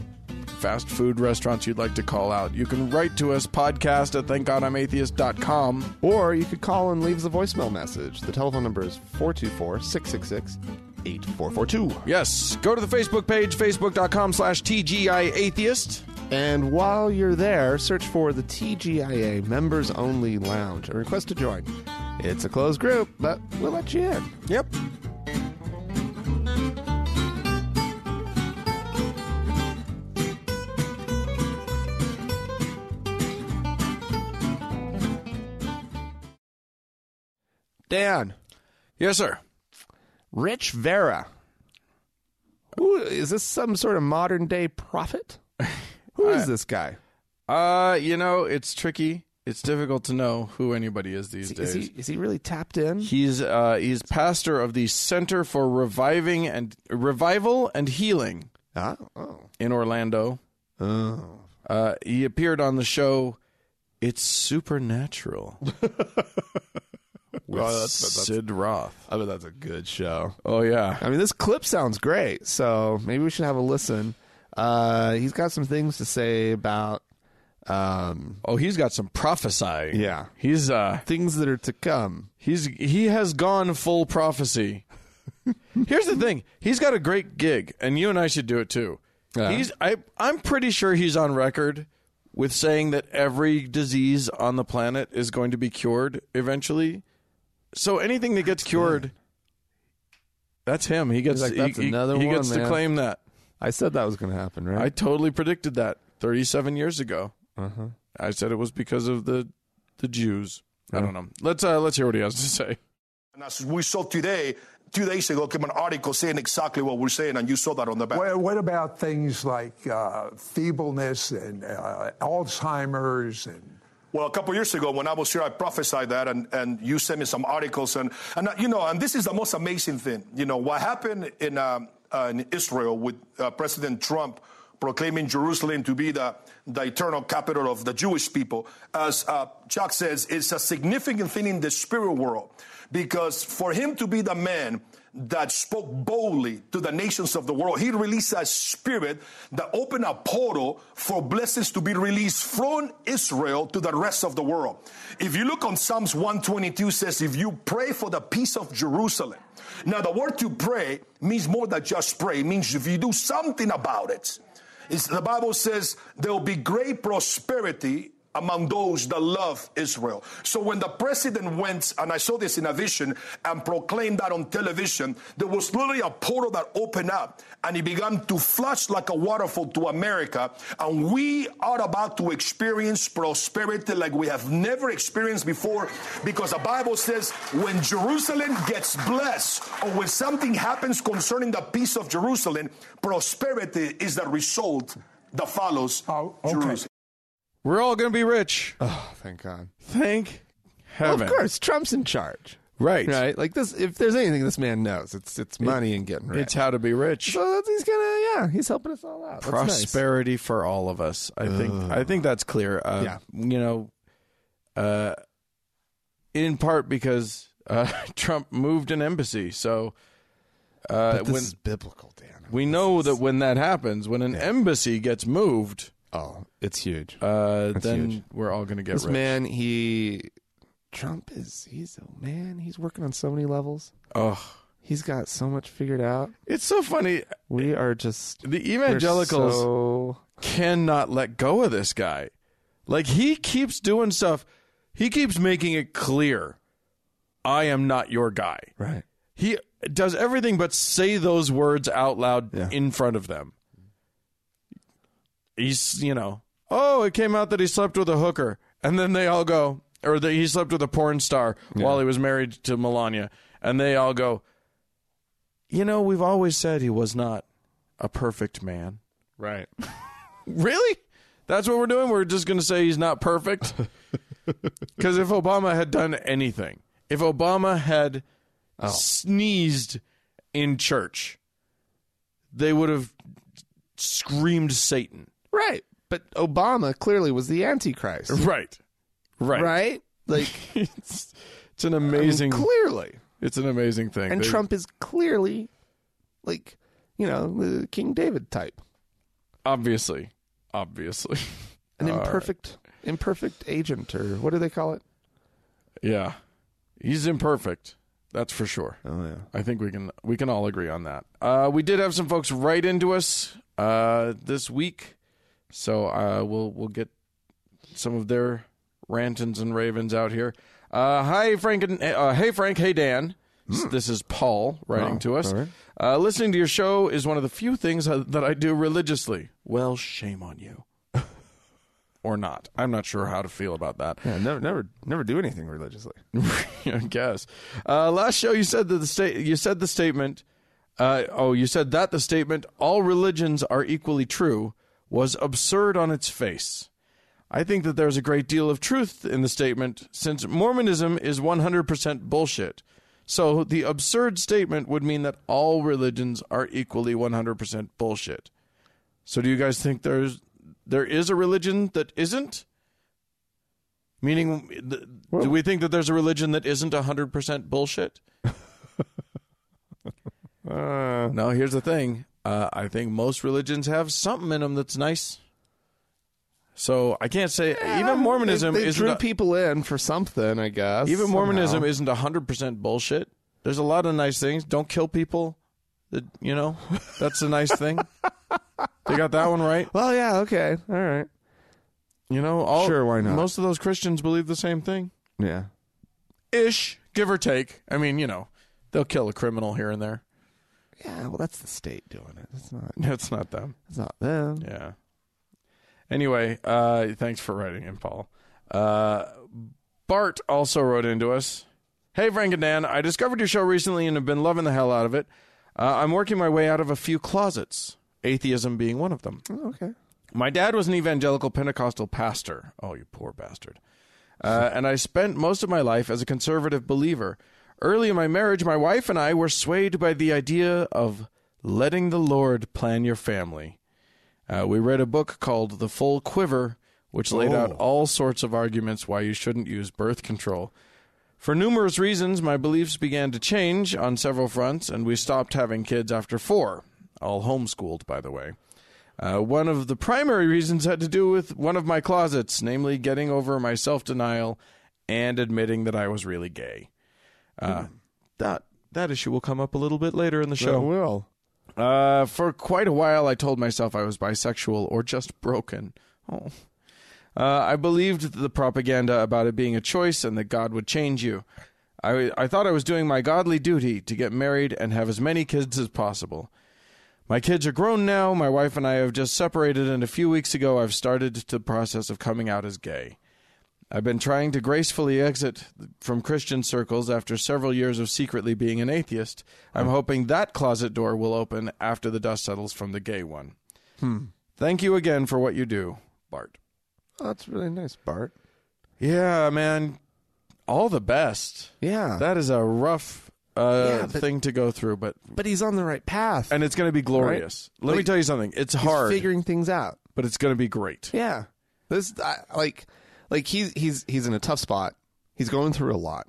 Speaker 2: fast food restaurants you'd like to call out, you can write to us podcast at thankgodimatheist.com.
Speaker 1: Or you could call and leave us a voicemail message. The telephone number is 424 666 8442.
Speaker 2: Yes. Go to the Facebook page, facebook.com slash TGI Atheist.
Speaker 1: And while you're there, search for the TGIA Members Only Lounge and request to join. It's a closed group, but we'll let you in.
Speaker 2: Yep.
Speaker 1: Dan,
Speaker 2: Yes, sir.
Speaker 1: Rich Vera. Who is this some sort of modern day prophet? Who is this guy?
Speaker 2: Uh, you know, it's tricky. It's difficult to know who anybody is these days.
Speaker 1: Is he is he really tapped in?
Speaker 2: He's uh, he's pastor of the Center for Reviving and Revival and Healing
Speaker 1: Ah, oh.
Speaker 2: in Orlando.
Speaker 1: Oh.
Speaker 2: Uh, he appeared on the show "It's Supernatural" with Sid Roth.
Speaker 1: I mean that's a good show.
Speaker 2: Oh yeah,
Speaker 1: I mean, this clip sounds great, so maybe we should have a listen. Uh, he's got some things to say about um,
Speaker 2: oh he's got some prophesying.
Speaker 1: yeah
Speaker 2: He's uh
Speaker 1: things that are to come.
Speaker 2: he's he has gone full prophecy. Here's the thing: he's got a great gig, and you and I should do it too.
Speaker 1: Yeah.
Speaker 2: He's I I'm pretty sure he's on record with saying that every disease on the planet is going to be cured eventually. So anything that gets cured, that's him. He gets
Speaker 1: He's like,
Speaker 2: he-
Speaker 1: "That's
Speaker 2: he,
Speaker 1: another
Speaker 2: he
Speaker 1: one,
Speaker 2: gets to
Speaker 1: man."
Speaker 2: claim that.
Speaker 1: I said that was going to happen,
Speaker 2: I
Speaker 1: right?
Speaker 2: totally predicted that 37 years ago.
Speaker 1: uh-huh.
Speaker 2: I said it was because of the the Jews. I don't know. Let's uh, let's hear what he has to say.
Speaker 3: And as we saw today, two days ago came an article saying exactly what we're saying, and you saw that on the back.
Speaker 4: What, what about things like uh, feebleness and uh, Alzheimer's and
Speaker 3: Well, a couple years ago, when I was here, I prophesied that, and, and you sent me some articles, and and uh, you know, and this is the most amazing thing. You know what happened in um, uh, in Israel with uh, President Trump proclaiming Jerusalem to be the the eternal capital of the Jewish people, as uh, Chuck says, is a significant thing in the spirit world, because for him to be the man that spoke boldly to the nations of the world. He released a spirit that opened a portal for blessings to be released from Israel to the rest of the world. If you look on Psalms 122 says, if you pray for the peace of Jerusalem. Now the word to pray means more than just pray. It means if you do something about it. It's, the Bible says there will be great prosperity among those that love Israel. So when the president went, and I saw this in a vision, and proclaimed that on television, there was literally a portal that opened up and it began to flush like a waterfall to America. And we are about to experience prosperity like we have never experienced before because the Bible says when Jerusalem gets blessed or when something happens concerning the peace of Jerusalem, prosperity is the result that follows
Speaker 4: Oh, okay.
Speaker 3: Jerusalem.
Speaker 2: We're all going to be rich.
Speaker 1: Oh, thank God.
Speaker 2: Thank
Speaker 1: Well,
Speaker 2: heaven.
Speaker 1: of course, Trump's in charge,
Speaker 2: Right.
Speaker 1: right? Like this. If there's anything this man knows, it's it's money and getting rich.
Speaker 2: It's how to be rich.
Speaker 1: so that's, he's gonna, yeah, he's helping us all out. That's nice.
Speaker 2: Prosperity for all of us. I think I think that's clear. Uh,
Speaker 1: Yeah.
Speaker 2: You know, uh, in part because uh, Trump moved an embassy. So uh,
Speaker 1: But this
Speaker 2: when
Speaker 1: is biblical, Dan.
Speaker 2: we know that when that happens, when an embassy gets moved,
Speaker 1: oh, it's huge.
Speaker 2: uh, then
Speaker 1: huge.
Speaker 2: we're all going to get
Speaker 1: this
Speaker 2: rich.
Speaker 1: man, he Trump is he's a man. He's working on so many levels.
Speaker 2: Ugh.
Speaker 1: He's got so much figured out.
Speaker 2: It's so funny.
Speaker 1: We are just
Speaker 2: The
Speaker 1: we're
Speaker 2: evangelicals.
Speaker 1: So,
Speaker 2: cannot let go of this guy. Like he keeps doing stuff. He keeps making it clear, I am not your guy.
Speaker 1: right.
Speaker 2: He does everything but say those words out loud
Speaker 1: Yeah.
Speaker 2: in front of them. He's, you know, oh, it came out that he slept with a hooker, and then they all go, or that he slept with a porn star while he was married to Melania, and they all go, you know, we've always said he was not a perfect man.
Speaker 1: Right.
Speaker 2: Really? That's what we're doing? We're just going to say he's not perfect? Because if Obama had done anything, if Obama had Oh. sneezed in church, they would have screamed Satan.
Speaker 1: Right. But Obama clearly was the antichrist.
Speaker 2: Right. Right.
Speaker 1: Right? Like
Speaker 2: it's, it's an amazing.
Speaker 1: clearly,
Speaker 2: It's an amazing thing.
Speaker 1: and
Speaker 2: They-
Speaker 1: Trump is clearly like you know the King David type,
Speaker 2: obviously, obviously,
Speaker 1: an imperfect imperfect agent or what do they call it?
Speaker 2: yeah, he's imperfect. That's for sure.
Speaker 1: Oh yeah.
Speaker 2: I think we can we can all agree on that. Uh, we did have some folks write into us uh, this week, so uh, we'll we'll get some of their rantings and ravens out here. Uh, hi Frank and uh, hey Frank, hey Dan. S-
Speaker 1: Hmm.
Speaker 2: This is Paul writing
Speaker 1: Oh,
Speaker 2: to us. Uh, listening to your show is one of the few things I- that I do religiously. Well, shame on you. or not. I'm not sure how to feel about that.
Speaker 1: Yeah, never, never, never do anything religiously.
Speaker 2: I guess. Uh, last show, you said that the state. You said the statement. Uh, oh, you said that the statement "all religions are equally true" was absurd on its face. I think that there's a great deal of truth in the statement, since Mormonism is 100% bullshit. So the absurd statement would mean that all religions are equally 100% bullshit. So do you guys think there's there is a religion that isn't? Meaning, th- do we think that there's a religion that isn't 100% bullshit? no, here's the thing. Uh, I think most religions have something in them that's nice. So I can't say even Mormonism
Speaker 1: they, they
Speaker 2: isn't
Speaker 1: drew
Speaker 2: a-
Speaker 1: people in for something, I guess.
Speaker 2: even Mormonism
Speaker 1: somehow.
Speaker 2: isn't 100% bullshit. There's a lot of nice things. Don't kill people. That, you know, that's a nice thing. they got that one right.
Speaker 1: Well, yeah, okay, all right,
Speaker 2: You know, all
Speaker 1: Sure, why not?
Speaker 2: Most of those Christians believe the same thing.
Speaker 1: yeah.
Speaker 2: ish, give or take. I mean, you know, they'll kill a criminal here and there.
Speaker 1: Yeah, well, that's the state doing it. It's not.
Speaker 2: That's not them.
Speaker 1: It's not them.
Speaker 2: Yeah. Anyway, uh, thanks for writing in, Paul. Uh, Bart also wrote into us. Hey, Frank and Dan, I discovered your show recently and have been loving the hell out of it. Uh, I'm working my way out of a few closets, atheism being one of them.
Speaker 1: Oh, okay.
Speaker 2: My dad was an evangelical Pentecostal pastor. Oh, you poor bastard. Uh, and I spent most of my life as a conservative believer. Early in my marriage, my wife and I were swayed by the idea of letting the Lord plan your family. Uh, we read a book called The Full Quiver, which laid out all sorts of arguments why you shouldn't use birth control. For numerous reasons, my beliefs began to change on several fronts, and we stopped having kids after four, all homeschooled, by the way. Uh, one of the primary reasons had to do with one of my closets, namely getting over my self denial and admitting that I was really gay. Uh, that that issue will come up a little bit later in the show.
Speaker 1: will.
Speaker 2: Uh, for quite a while, I told myself I was bisexual or just broken. Oh. Uh, I believed the propaganda about it being a choice and that God would change you. I, I thought I was doing my godly duty to get married and have as many kids as possible. My kids are grown now. My wife and I have just separated, and a few weeks ago, I've started the process of coming out as gay. I've been trying to gracefully exit from Christian circles after several years of secretly being an atheist. I'm
Speaker 1: Hmm.
Speaker 2: hoping that closet door will open after the dust settles from the gay one.
Speaker 1: Hmm.
Speaker 2: Thank you again for what you do, Bart.
Speaker 1: Oh, that's really nice, Bart.
Speaker 2: Yeah, man. All the best.
Speaker 1: Yeah,
Speaker 2: That is a rough uh,
Speaker 1: Yeah, but-
Speaker 2: thing to go through, but
Speaker 1: but he's on the right path.
Speaker 2: and it's going to be glorious. Let me
Speaker 1: Like,
Speaker 2: tell you something. It's
Speaker 1: he's
Speaker 2: hard,
Speaker 1: figuring things out.
Speaker 2: but it's going to be great.
Speaker 1: Yeah. This I, like like he's he's he's in a tough spot. He's going through a lot.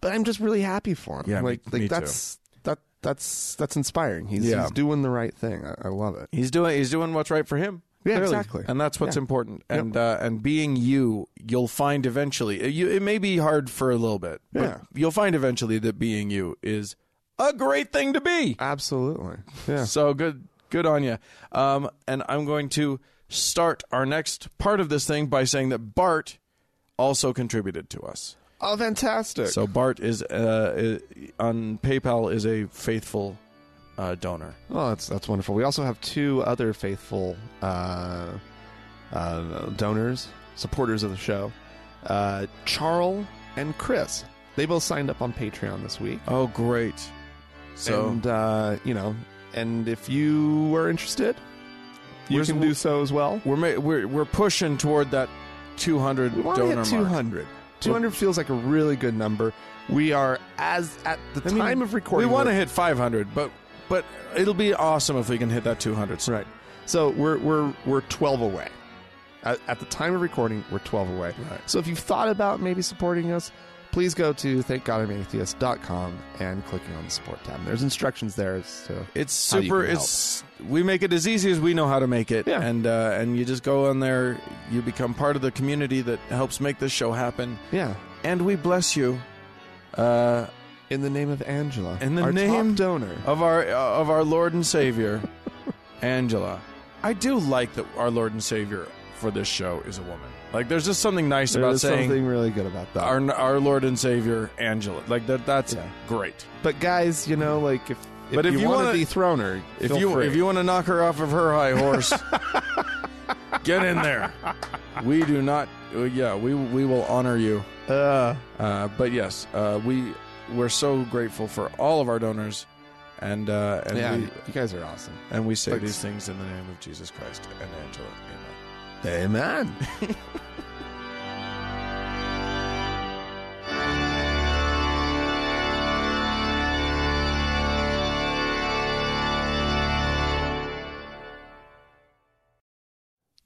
Speaker 1: But I'm just really happy for him.
Speaker 2: Yeah, me-
Speaker 1: like like
Speaker 2: me too.
Speaker 1: that's that that's that's inspiring. He's
Speaker 2: Yeah.
Speaker 1: he's doing the right thing. I, I love it.
Speaker 2: He's doing he's doing what's right for him.
Speaker 1: Yeah, exactly.
Speaker 2: And that's what's important. And uh, and being you, you'll find eventually. uh, You, it may be hard for a little bit, but
Speaker 1: Yeah.
Speaker 2: you'll find eventually that being you is a great thing to be.
Speaker 1: Absolutely. Yeah.
Speaker 2: So good, good on you. Um, and I'm going to start our next part of this thing by saying that Bart also contributed to us.
Speaker 1: Oh, fantastic.
Speaker 2: So Bart is uh, i- on PayPal is a faithful uh, donor.
Speaker 1: Well, oh, that's that's wonderful. We also have two other faithful uh, uh, donors, supporters of the show, uh, Charl and Chris. They both signed up on Patreon this week.
Speaker 2: Oh, great! So
Speaker 1: and uh, you know, and if you are interested, you
Speaker 2: Where's
Speaker 1: can
Speaker 2: the-
Speaker 1: do so as well.
Speaker 2: we're ma- we're we're pushing toward that 200
Speaker 1: We want to
Speaker 2: donor
Speaker 1: hit
Speaker 2: mark.
Speaker 1: 200. 200 feels like a really good number. We are as at the
Speaker 2: I mean,
Speaker 1: time of recording.
Speaker 2: we want to
Speaker 1: we're-
Speaker 2: hit 500, but but it'll be awesome if we can hit that 200. So
Speaker 1: right. So we're we're we're 12 away. at, at the time of recording, we're 12 away. So if you've thought about maybe supporting us, please go to thankgodimatheist.com and clicking on the support tab. There's instructions there as to
Speaker 2: It's
Speaker 1: how you
Speaker 2: super.
Speaker 1: can help.
Speaker 2: It's we make it as easy as we know how to make it,
Speaker 1: Yeah.
Speaker 2: and uh, and you just go on there. You become part of the community that helps make this show happen,
Speaker 1: yeah.
Speaker 2: and we bless you. Uh,
Speaker 1: In the name of Angela,
Speaker 2: In the
Speaker 1: our
Speaker 2: name
Speaker 1: top donor.
Speaker 2: of our uh, of our Lord and Savior, Angela. I do like that our Lord and Savior for this show is a woman. Like, there's just something nice about
Speaker 1: There's
Speaker 2: saying
Speaker 1: something really good about that.
Speaker 2: our our Lord and Savior Angela. Like that. That's
Speaker 1: Yeah.
Speaker 2: great.
Speaker 1: but guys, you know, like if, if
Speaker 2: But if
Speaker 1: you,
Speaker 2: you
Speaker 1: want
Speaker 2: wanna-
Speaker 1: to dethrone her,
Speaker 2: If
Speaker 1: feel
Speaker 2: you
Speaker 1: free.
Speaker 2: if you want to knock her off of her high horse, get in there. We do not. uh, yeah, we we will honor you.
Speaker 1: uh,
Speaker 2: Uh, but yes, uh, we we're so grateful for all of our donors, and uh, and
Speaker 1: yeah,
Speaker 2: we,
Speaker 1: you guys are awesome.
Speaker 2: and we say
Speaker 1: Thanks.
Speaker 2: these things in the name of Jesus Christ and Angela. Amen.
Speaker 1: Amen.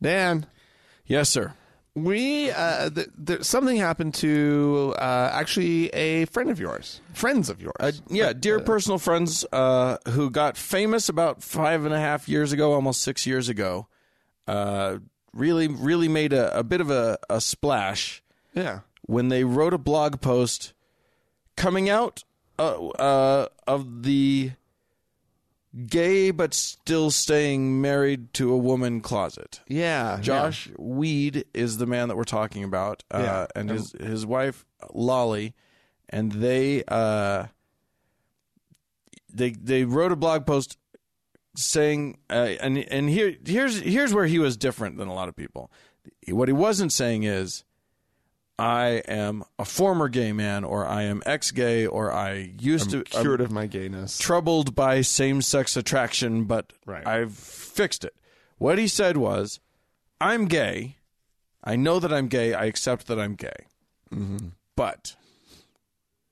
Speaker 1: Dan,
Speaker 2: Yes, sir.
Speaker 1: we uh, th- th- something happened to uh, actually a friend of yours, friends of yours.
Speaker 2: Uh, yeah, dear personal friends uh, who got famous about five and a half years ago, almost six years ago, uh, really, really made a, a bit of a, a splash
Speaker 1: yeah,
Speaker 2: when they wrote a blog post coming out uh, uh, of the gay but still staying married to a woman closet.
Speaker 1: yeah.
Speaker 2: Josh Weed is the man that we're talking about, uh,
Speaker 1: Yeah.
Speaker 2: and his his wife Lolly, and they uh, they they wrote a blog post saying, uh, and and here here's here's where he was different than a lot of people. What he wasn't saying is, I am a former gay man, or I am ex gay, or I used
Speaker 1: yeah.
Speaker 2: to I'm-
Speaker 1: cured of my gayness.
Speaker 2: troubled by same sex attraction, but
Speaker 1: Right.
Speaker 2: I've fixed it. What he said was, I'm gay. I know that I'm gay. I accept that I'm gay. But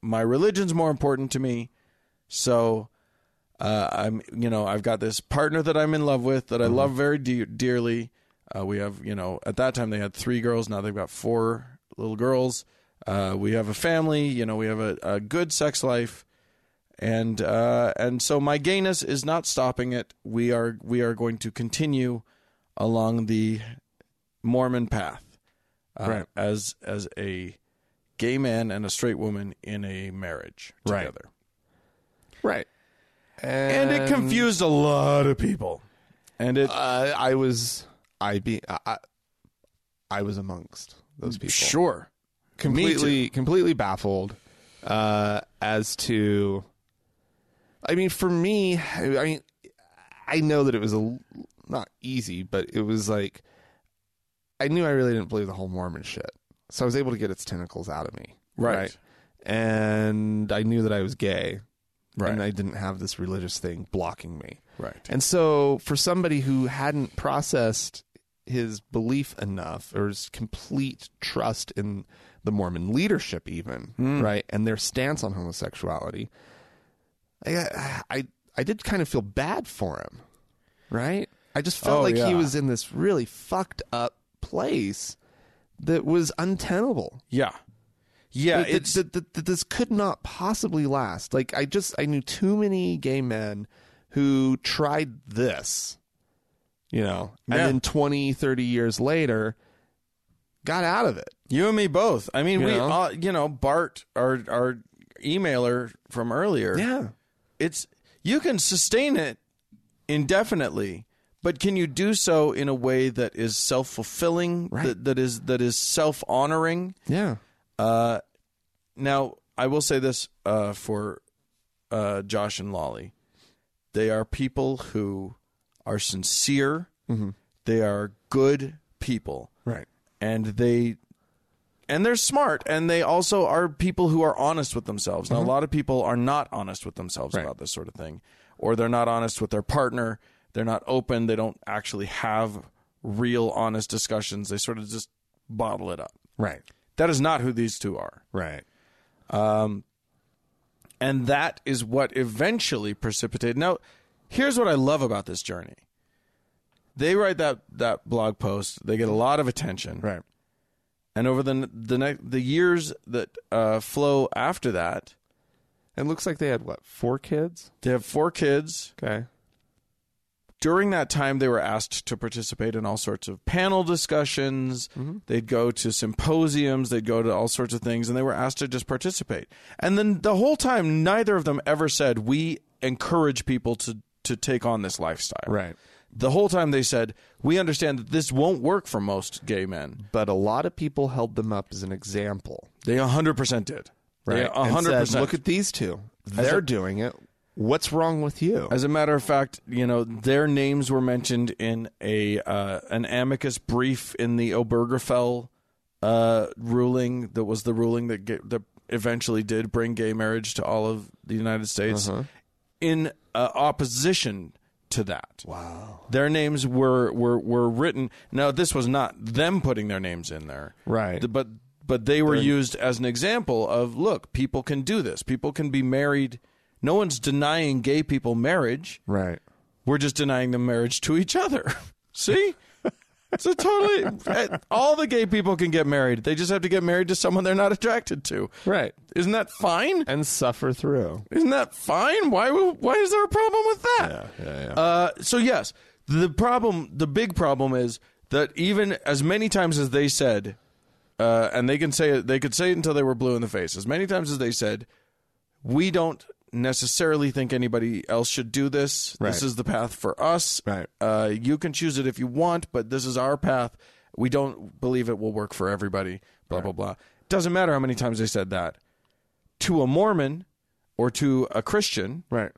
Speaker 2: my religion's more important to me. So uh, I'm, you know, I've got this partner that I'm in love with that I
Speaker 1: Mm-hmm.
Speaker 2: love very de- dearly. Uh, we have, you know, at that time they had three girls. Now they've got four little girls. Uh, we have a family. You know, we have a, a good sex life, and uh, and so my gayness is not stopping it. We are we are going to continue along the Mormon path, uh,
Speaker 1: Right.
Speaker 2: As as a gay man and a straight woman in a marriage
Speaker 1: Right.
Speaker 2: together
Speaker 1: right,
Speaker 2: and it confused a lot of people. And it
Speaker 1: Um, uh, I was I be I, I- I was amongst those people.
Speaker 2: sure
Speaker 1: completely completely baffled uh, as to. I mean, for me, I I mean, I know that it was a l- not easy, but it was like I knew I really didn't believe the whole Mormon shit, so I was able to get its tentacles out of me,
Speaker 2: Right.
Speaker 1: And I knew that I was gay,
Speaker 2: Right.
Speaker 1: And I didn't have this religious thing blocking me,
Speaker 2: right.
Speaker 1: and so, for somebody who hadn't processed his belief enough or his complete trust in the Mormon leadership, even
Speaker 2: Hmm.
Speaker 1: right, and their stance on homosexuality, I, I I did kind of feel bad for him, right? I just felt
Speaker 2: Oh,
Speaker 1: like
Speaker 2: yeah.
Speaker 1: he was in this really fucked up place that was untenable.
Speaker 2: Yeah. Yeah,
Speaker 1: That- that-
Speaker 2: it's
Speaker 1: that, that, that this could not possibly last. Like I just I knew too many gay men who tried this, you know, and
Speaker 2: Yeah.
Speaker 1: then 20, 30 years later got out of it.
Speaker 2: you and me both. I mean,
Speaker 1: You
Speaker 2: we
Speaker 1: know?
Speaker 2: all, you know, Bart our our emailer from earlier.
Speaker 1: Yeah.
Speaker 2: It's you can sustain it indefinitely, but can you do so in a way that is self-fulfilling,
Speaker 1: Right.
Speaker 2: that, that is that is self-honoring?
Speaker 1: Yeah.
Speaker 2: Uh, now I will say this uh, for uh, Josh and Lolly, they are people who are sincere. They are good people,
Speaker 1: Right.
Speaker 2: and they and they're smart, and they also are people who are honest with themselves. Now a lot of people are not honest with themselves about this sort of thing, or they're not honest with their partner. They're not open. They don't actually have real honest discussions. They sort of just bottle it up.
Speaker 1: Right.
Speaker 2: That is not who these two are.
Speaker 1: Right.
Speaker 2: And that is what eventually precipitated. Now, here's what I love about this journey They write that that blog post. They get a lot of attention.
Speaker 1: Right.
Speaker 2: And over the the next the years that uh, flow after that,
Speaker 1: It looks like they had what four kids.
Speaker 2: they have four kids.
Speaker 1: Okay.
Speaker 2: during that time they were asked to participate in all sorts of panel discussions
Speaker 1: Mm-hmm.
Speaker 2: they'd go to symposiums they'd go to all sorts of things and they were asked to just participate and then the whole time neither of them ever said we encourage people to to take on this lifestyle
Speaker 1: Right.
Speaker 2: the whole time they said we understand that this won't work for most gay men
Speaker 1: But a lot of people held them up as an example.
Speaker 2: they 100% did
Speaker 1: Right.
Speaker 2: they 100%
Speaker 1: And said, Look at these two. They're doing it. What's wrong with you?
Speaker 2: As a matter of fact, you know their names were mentioned in a uh, an amicus brief in the Obergefell uh, ruling. That was the ruling that ga- that eventually did bring gay marriage to all of the United States. In uh, opposition to that, wow, their names were were were written. Now this was not them putting their names in there,
Speaker 1: Right.
Speaker 2: The- but but they were used as an example of look, people can do this. People can be married. No one's denying gay people marriage.
Speaker 1: right.
Speaker 2: We're just denying them marriage to each other. See? It's a totally eh, all the gay people can get married. They just have to get married to someone they're not attracted to.
Speaker 1: Right.
Speaker 2: Isn't that fine?
Speaker 1: And suffer through.
Speaker 2: Isn't that fine? Why why is there a problem with that? Uh, so yes, the problem, the big problem is that even as many times as they said, uh, and they can say it, they could say it until they were blue in the face. As many times as they said, we don't necessarily think anybody else should do this.
Speaker 1: Right.
Speaker 2: This is the path for us.
Speaker 1: Right.
Speaker 2: Uh, you can choose it if you want, but this is our path. We don't believe it will work for everybody. Blah blah blah. Doesn't matter how many times they said that to a Mormon or to a Christian,
Speaker 1: Right.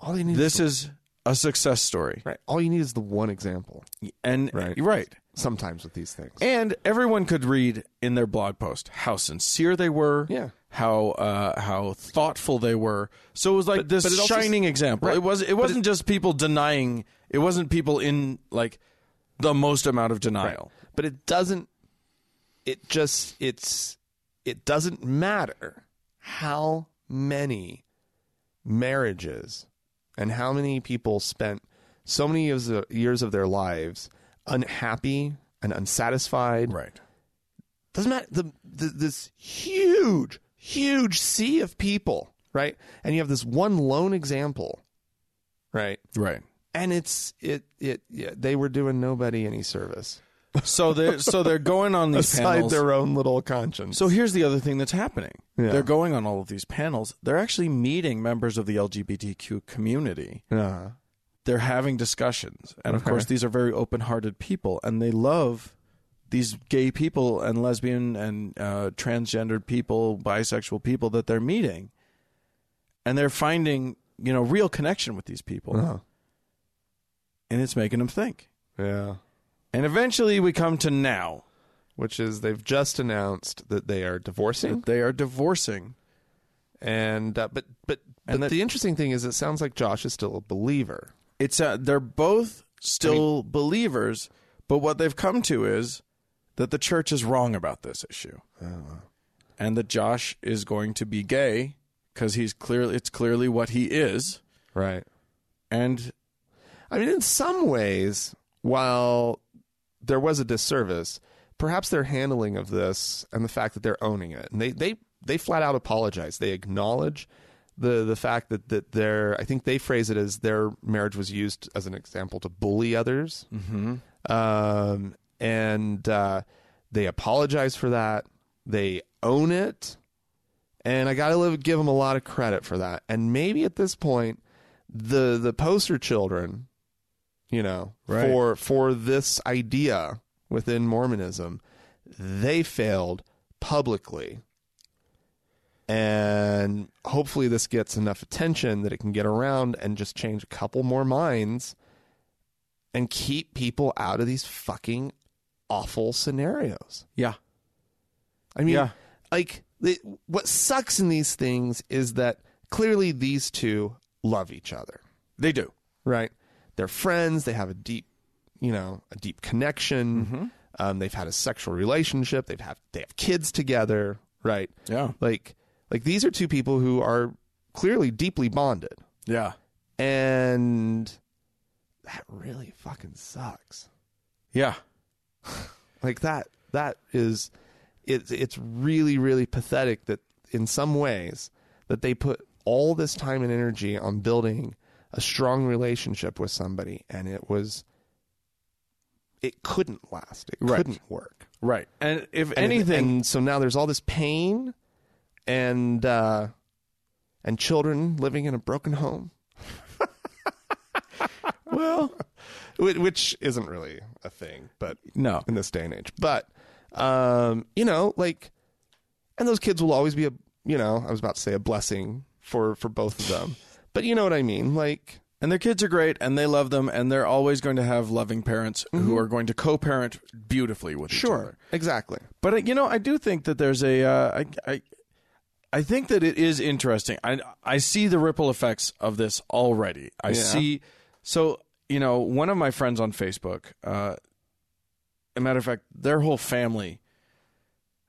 Speaker 1: All you need
Speaker 2: this
Speaker 1: is
Speaker 2: is a success story.
Speaker 1: right. All you need is the one example.
Speaker 2: And
Speaker 1: Right.
Speaker 2: right.
Speaker 1: Sometimes with these things.
Speaker 2: And everyone could read in their blog post how sincere they were,
Speaker 1: Yeah.
Speaker 2: how uh, how thoughtful they were. So it was like this
Speaker 1: but it also-
Speaker 2: shining example.
Speaker 1: Right.
Speaker 2: It was it wasn't just people denying. It wasn't people in like the most amount of denial.
Speaker 1: but it doesn't it just it's it doesn't matter how many marriages and how many people spent so many years of, years of their lives unhappy and unsatisfied
Speaker 2: right.
Speaker 1: doesn't matter the, the this huge huge sea of people right and you have this one lone example right
Speaker 2: Right.
Speaker 1: and it's it it yeah, they were doing nobody any service
Speaker 2: So they so they're going on these
Speaker 1: aside
Speaker 2: panels.
Speaker 1: their own little conscience.
Speaker 2: So here's the other thing that's happening.
Speaker 1: Yeah.
Speaker 2: They're going on all of these panels. They're actually meeting members of the LGBTQ community.
Speaker 1: Yeah.
Speaker 2: They're having discussions. And of course, these are very open hearted people and they love these gay people and lesbian and uh, transgendered people, bisexual people that they're meeting. And they're finding, you know, real connection with these people.
Speaker 1: Uh-huh.
Speaker 2: And it's making them think.
Speaker 1: yeah.
Speaker 2: And eventually we come to now.
Speaker 1: Which is they've just announced that they are divorcing,
Speaker 2: They are divorcing.
Speaker 1: and uh, but but but
Speaker 2: And that-
Speaker 1: the interesting thing is, it sounds like Josh is still a believer.
Speaker 2: it's uh, they're both still believers, but what they've come to is that the church is wrong about this issue, Oh. and that Josh is going to be gay because he's clearly it's clearly what he is,
Speaker 1: Right.
Speaker 2: and
Speaker 1: I mean, in some ways, while there was a disservice, perhaps their handling of this and the fact that they're owning it, and they they they flat out apologize. They acknowledge the the fact that that their I think they phrase it as their marriage was used as an example to bully others, mm-hmm. um, and uh, they apologize for that. They own it and I got to give them a lot of credit for that. And maybe at this point, the the poster children, you know,
Speaker 2: Right.
Speaker 1: for for this idea within Mormonism, they failed publicly. And hopefully, this gets enough attention that it can get around and just change a couple more minds and keep people out of these fucking awful scenarios.
Speaker 2: yeah,
Speaker 1: I mean,
Speaker 2: Yeah.
Speaker 1: like the, what sucks in these things is that clearly these two love each other,
Speaker 2: they do.
Speaker 1: right? They're friends. They have a deep, you know, a deep connection. Um, they've had a sexual relationship. They've have they have kids together, right?
Speaker 2: Yeah,
Speaker 1: Like, like these are two people who are clearly deeply bonded,
Speaker 2: yeah,
Speaker 1: and that really fucking sucks.
Speaker 2: Yeah.
Speaker 1: Like that that is it's it's really really pathetic that in some ways that they put all this time and energy on building a strong relationship with somebody and it was it couldn't last. It
Speaker 2: Right.
Speaker 1: couldn't work.
Speaker 2: Right. And if
Speaker 1: And-
Speaker 2: anything,
Speaker 1: and so now there's all this pain and uh and children living in a broken home.
Speaker 2: well,
Speaker 1: Wh- which isn't really a thing, but
Speaker 2: no.
Speaker 1: in this day and age. But um, you know, like, and those kids will always be a you know, I was about to say a blessing for for both of them, but you know what I mean, like,
Speaker 2: And their kids are great and they love them and they're always going to have loving parents who are going to co-parent beautifully with each other.
Speaker 1: exactly,
Speaker 2: But uh, you know, I do think that there's a. Uh, I, I, I think that it is interesting. I I see the ripple effects of this already. I see. So you know, one of my friends on Facebook. Uh, a matter of fact, their whole family.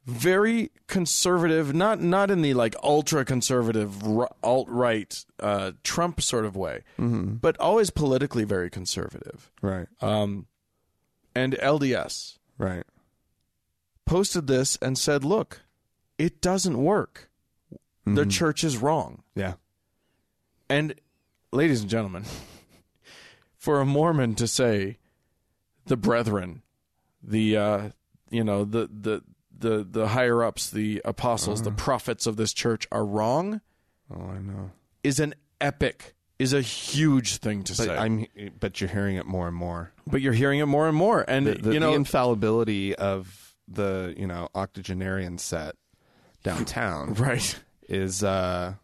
Speaker 2: Very conservative, not not in the like ultra conservative alt right uh, Trump sort of way, but always politically very conservative.
Speaker 1: right,
Speaker 2: Um, and LDS,
Speaker 1: right,
Speaker 2: posted this and said, "Look, it doesn't work. The
Speaker 1: Mm-hmm.
Speaker 2: church is wrong."
Speaker 1: yeah,
Speaker 2: And ladies and gentlemen, for a Mormon to say the brethren, the uh, you know, the the the the higher ups, the apostles, the prophets of this church are wrong
Speaker 1: Uh-huh. oh, I know,
Speaker 2: is an epic is a huge thing to
Speaker 1: but
Speaker 2: say.
Speaker 1: I'm, but you're hearing it more and more,
Speaker 2: but you're hearing it more and more and
Speaker 1: the, the-
Speaker 2: you know
Speaker 1: the infallibility of the you know octogenarian set downtown
Speaker 2: right.
Speaker 1: is uh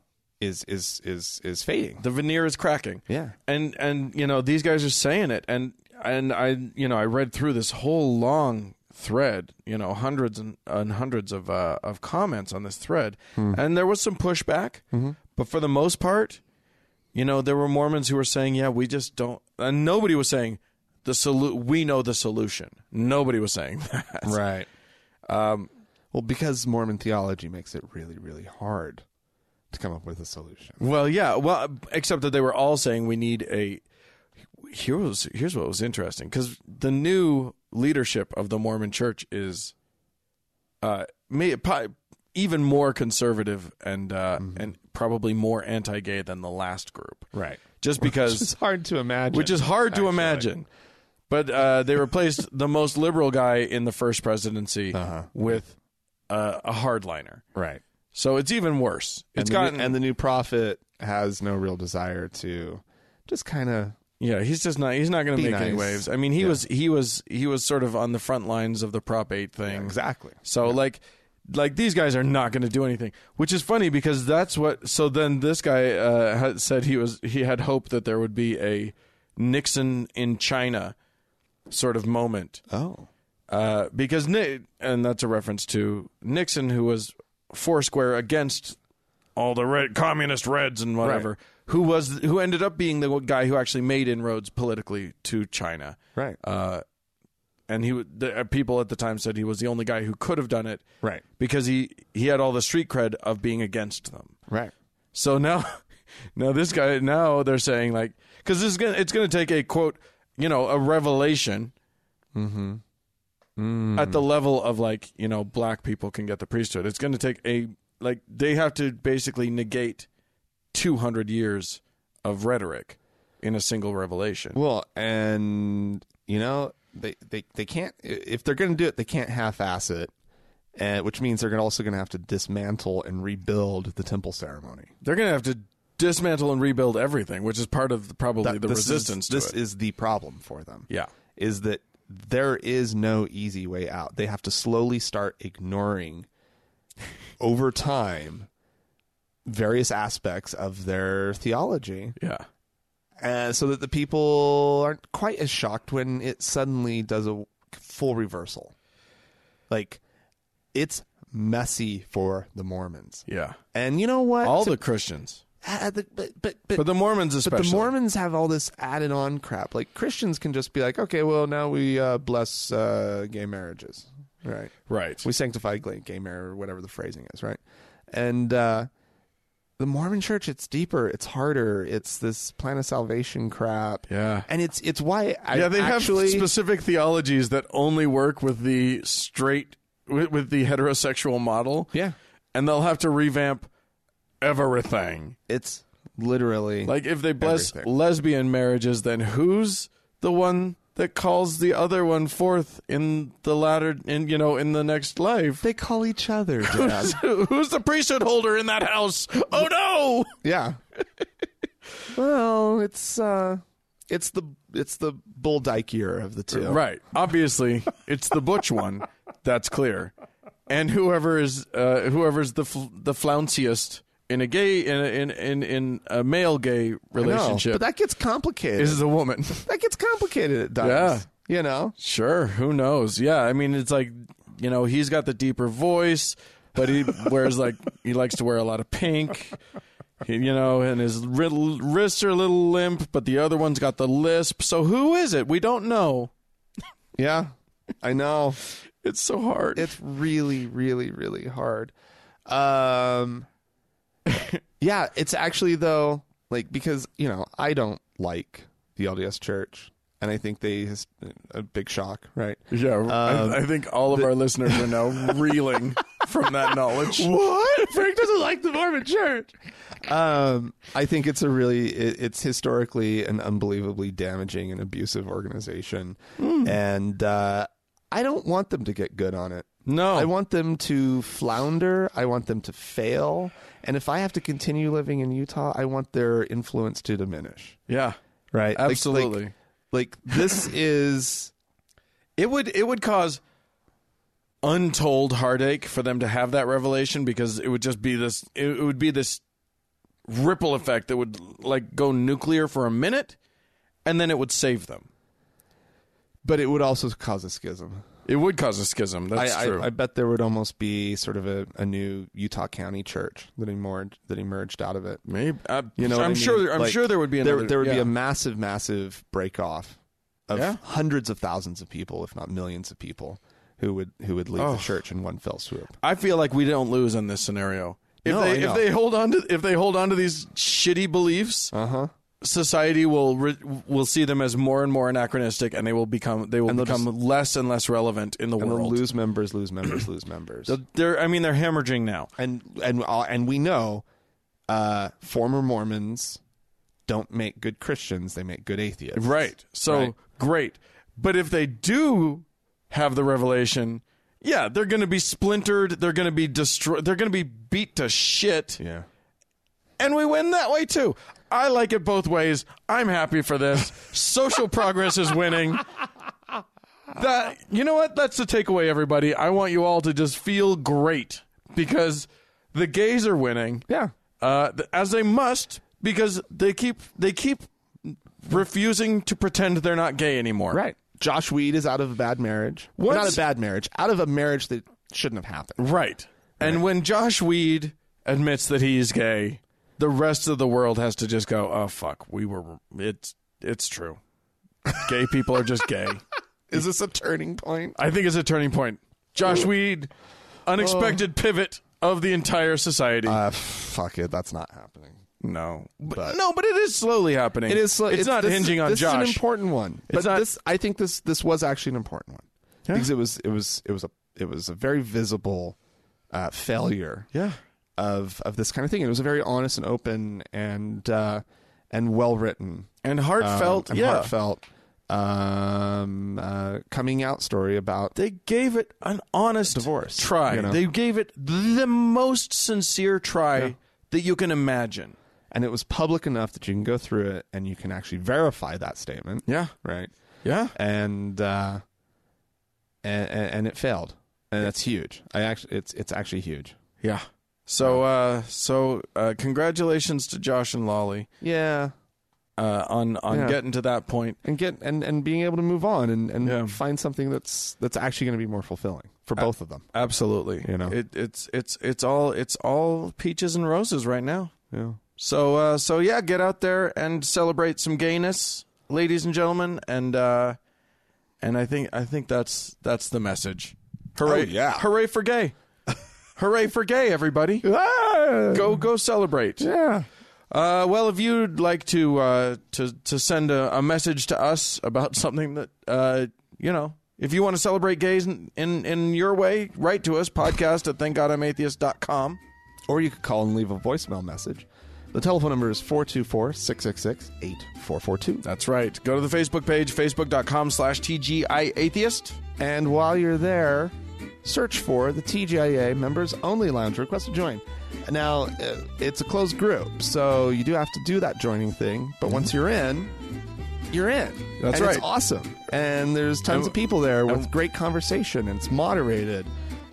Speaker 1: is is is is fading,
Speaker 2: The veneer is cracking.
Speaker 1: yeah,
Speaker 2: and and you know these guys are saying it and and i you know i read through this whole long thread you know hundreds and, and hundreds of uh, of comments on this thread and there was some pushback but for the most part you know there were mormons who were saying yeah we just don't and nobody was saying the solu- we know the solution nobody was saying that
Speaker 1: Right. Um, well, because Mormon theology makes it really, really hard to come up with a solution.
Speaker 2: Well, yeah. Well, except that they were all saying we need a. Here was here's what was interesting because the new leadership of the Mormon Church is, uh, may, probably even more conservative and uh, and probably more anti-gay than the last group,
Speaker 1: Mm-hmm. Right.
Speaker 2: Just because
Speaker 1: hard to imagine.
Speaker 2: which is hard to imagine. But uh, they replaced the most liberal guy in the first presidency
Speaker 1: Uh-huh.
Speaker 2: with uh, a hardliner,
Speaker 1: right.
Speaker 2: so it's even worse.
Speaker 1: It's and
Speaker 2: It's gotten
Speaker 1: the, and the new prophet has no real desire to just kind of
Speaker 2: Yeah, he's just not. He's not going to
Speaker 1: Be
Speaker 2: make any
Speaker 1: nice.
Speaker 2: waves. I mean, he was he was he was sort of on the front lines of the Prop Eight thing.
Speaker 1: exactly.
Speaker 2: So like, like these guys are not going to do anything, which is funny because that's what. So then this guy uh, had said he was he had hope that there would be a Nixon in China sort of moment
Speaker 1: Oh,
Speaker 2: uh, because Ni- and that's a reference to Nixon, who was foursquare against all the red communist reds and whatever, who was who ended up being the guy who actually made inroads politically to China.
Speaker 1: right,
Speaker 2: Uh, and he, w- the uh, people at the time said he was the only guy who could have done it,
Speaker 1: Right.
Speaker 2: Because he he had all the street cred of being against them.
Speaker 1: right,
Speaker 2: So now, now this guy, now they're saying like, because this is gonna, it's gonna take a quote, you know, a revelation, at the level of like, you know, black people can get the priesthood. It's gonna take a like they have to basically negate two hundred years of rhetoric in a single revelation.
Speaker 1: Well, and you know they they they can't if they're going to do it, they can't half-ass it, and which means they're gonna also going to have to dismantle and rebuild the temple ceremony.
Speaker 2: They're gonna have to dismantle and rebuild everything, which is part of the, probably the
Speaker 1: this is-
Speaker 2: resistance to
Speaker 1: this
Speaker 2: it.
Speaker 1: is the problem for them.
Speaker 2: yeah.
Speaker 1: is that there is no easy way out. They have to slowly start ignoring over time various aspects of their theology
Speaker 2: Yeah.
Speaker 1: uh, so that the people aren't quite as shocked when it suddenly does a full reversal. Like, it's messy for the Mormons.
Speaker 2: Yeah.
Speaker 1: And you know what?
Speaker 2: All
Speaker 1: To-
Speaker 2: the Christians.
Speaker 1: uh, the- but, but, but,
Speaker 2: But the Mormons especially.
Speaker 1: but the Mormons have all this added on crap. Like Christians can just be like, okay, well now we uh, bless uh, gay marriages, right?
Speaker 2: Right.
Speaker 1: We sanctify gay gay marriage, or whatever the phrasing is, right? And uh, the Mormon church, it's deeper, it's harder, it's this plan of salvation crap.
Speaker 2: Yeah.
Speaker 1: And it's it's why I
Speaker 2: yeah, they
Speaker 1: actually
Speaker 2: have specific theologies that only work with the straight with, with the heterosexual model.
Speaker 1: Yeah.
Speaker 2: and they'll have to revamp everything.
Speaker 1: it's literally
Speaker 2: Like if they bless
Speaker 1: Everything.
Speaker 2: lesbian marriages, then who's the one that calls the other one forth in the latter in you know in the next life?
Speaker 1: they call each other Dad.
Speaker 2: who's the priesthood holder in that house? Oh no!
Speaker 1: yeah. well, it's uh it's the it's the bull dyke year of the two.
Speaker 2: Right. Obviously, it's the butch one. That's clear. And whoever is uh, whoever's the fl- the flounciest in a gay in a, in in in a male gay
Speaker 1: No,
Speaker 2: relationship
Speaker 1: but that gets complicated.
Speaker 2: is the woman.
Speaker 1: that gets complicated at times. You know?
Speaker 2: sure. Who knows? Yeah. I mean, it's like you know he's got the deeper voice, but he wears like he likes to wear a lot of pink. He- You know, and his riddle, wrists are a little limp, but the other one's got the lisp. So who is it? We don't know.
Speaker 1: Yeah. I know.
Speaker 2: It's so hard.
Speaker 1: It's really, really, really hard. Um, yeah, it's actually though, like because you know I don't like the LDS Church, and I think they is a big shock, right?
Speaker 2: Yeah, I, I think all of our listeners are now reeling from that knowledge.
Speaker 1: What Frank doesn't like the Mormon Church? Um, I think it's a really it, it's historically an unbelievably damaging and abusive organization, and uh, I don't want them to get good on it.
Speaker 2: No,
Speaker 1: I want them to flounder. I want them to fail. And if I have to continue living in Utah, I want their influence to diminish.
Speaker 2: yeah,
Speaker 1: Right? Like-
Speaker 2: absolutely.
Speaker 1: Like, like, this is
Speaker 2: it would it would cause untold heartache for them to have that revelation because it would just be this. It, it would be this ripple effect that would like go nuclear for a minute, and then it would save them.
Speaker 1: but it would also cause a schism.
Speaker 2: It would cause a schism.
Speaker 1: I,
Speaker 2: That's true.
Speaker 1: I, I bet there would almost be sort of a, a new Utah County church that emerged that emerged out of it.
Speaker 2: Maybe uh, I,
Speaker 1: You know, what
Speaker 2: I'm
Speaker 1: I mean?
Speaker 2: sure. I'm
Speaker 1: Like,
Speaker 2: sure there would be
Speaker 1: there,
Speaker 2: another.
Speaker 1: there would be
Speaker 2: yeah.
Speaker 1: a massive, massive break off of
Speaker 2: Yeah.
Speaker 1: hundreds of thousands of people, if not millions of people, who would who would leave the church in one fell swoop.
Speaker 2: I feel like we don't lose in this scenario. If
Speaker 1: No, I
Speaker 2: they
Speaker 1: know.
Speaker 2: if they hold on to if they hold on to these shitty beliefs,
Speaker 1: Uh-huh.
Speaker 2: society will re- will see them as more and more anachronistic, and they will become they will
Speaker 1: they'll
Speaker 2: become less and less relevant in the
Speaker 1: and
Speaker 2: world.
Speaker 1: they'll lose members, lose members, lose members.
Speaker 2: They're I mean they're hemorrhaging now.
Speaker 1: and and uh, and we know uh, former Mormons don't make good Christians; they make good atheists.
Speaker 2: Right. So
Speaker 1: Right.
Speaker 2: great. But if they do have the revelation, yeah, they're going to be splintered. They're going to be destroyed. They're going to be beat to shit.
Speaker 1: Yeah.
Speaker 2: and we win that way too. I like it both ways. I'm happy for this. Social progress is winning. That you know what? That's the takeaway, everybody. I want you all to just feel great because the gays are winning.
Speaker 1: Yeah.
Speaker 2: uh, th- as they must because they keep they keep refusing to pretend they're not gay anymore.
Speaker 1: Right. Josh Weed is out of a bad marriage.
Speaker 2: Once-
Speaker 1: Not a bad marriage. Out of a marriage that shouldn't have happened.
Speaker 2: Right. And when Josh Weed admits that he's gay, the rest of the world has to just go, "Oh fuck, we were it's it's true. gay people are just gay."
Speaker 1: Is this a turning point?
Speaker 2: I think it's a turning point. Josh Weed, unexpected pivot of the entire society.
Speaker 1: Oh. Uh, fuck it. That's not happening.
Speaker 2: no. But, no, but it is slowly happening.
Speaker 1: It is. Slow,
Speaker 2: it's, not
Speaker 1: this-
Speaker 2: hinging on
Speaker 1: this
Speaker 2: Josh.
Speaker 1: is an important one. But
Speaker 2: not-
Speaker 1: this, I think this this was actually an important one because it was it was it was a it was a very visible uh, failure.
Speaker 2: Yeah.
Speaker 1: Of of this kind of thing. It was a very honest and open and uh, and well written
Speaker 2: and heartfelt.
Speaker 1: Um, and
Speaker 2: yeah.
Speaker 1: heartfelt um, uh, coming out story about
Speaker 2: They gave it an honest
Speaker 1: Divorce,
Speaker 2: try.
Speaker 1: you know?
Speaker 2: They gave it the most sincere try that you can imagine.
Speaker 1: and it was public enough that you can go through it and you can actually verify that statement.
Speaker 2: Yeah.
Speaker 1: Right.
Speaker 2: Yeah.
Speaker 1: and uh, and and it failed, and that's huge. I actually, it's it's actually huge.
Speaker 2: Yeah. So uh so uh congratulations to Josh and Lolly
Speaker 1: Yeah,
Speaker 2: uh on on
Speaker 1: Yeah.
Speaker 2: getting to that point.
Speaker 1: and get and and being able to move on and and
Speaker 2: Yeah. Uh,
Speaker 1: find something that's that's actually going to be more fulfilling for both of them.
Speaker 2: Absolutely.
Speaker 1: You know.
Speaker 2: It it's it's it's all it's all peaches and roses right now.
Speaker 1: Yeah.
Speaker 2: So uh so yeah, get out there and celebrate some gayness, ladies and gentlemen, and uh and I think I think that's that's the message. Hooray.
Speaker 1: Oh, yeah.
Speaker 2: Hooray for gay. Hooray for gay, everybody. Go, go celebrate.
Speaker 1: ah! Yeah.
Speaker 2: Uh, well, if you'd like to uh, to to send a, a message to us about something that uh, you know, if you want to celebrate gays in, in in your way, write to us podcast at thankgodimatheist.com.
Speaker 1: Or you could call and leave a voicemail message. The telephone number is 424 666 8442.
Speaker 2: That's right. Go to the Facebook page, facebook.com slash TGI Atheist.
Speaker 1: And while you're there, search for the TGIA Members Only Lounge. Request to join. Now, uh, it's a closed group, so you do have to do that joining thing. But once you're in, you're in.
Speaker 2: That's
Speaker 1: And
Speaker 2: right.
Speaker 1: It's awesome. And there's tons
Speaker 2: And-
Speaker 1: of people there with great conversation, and it's moderated.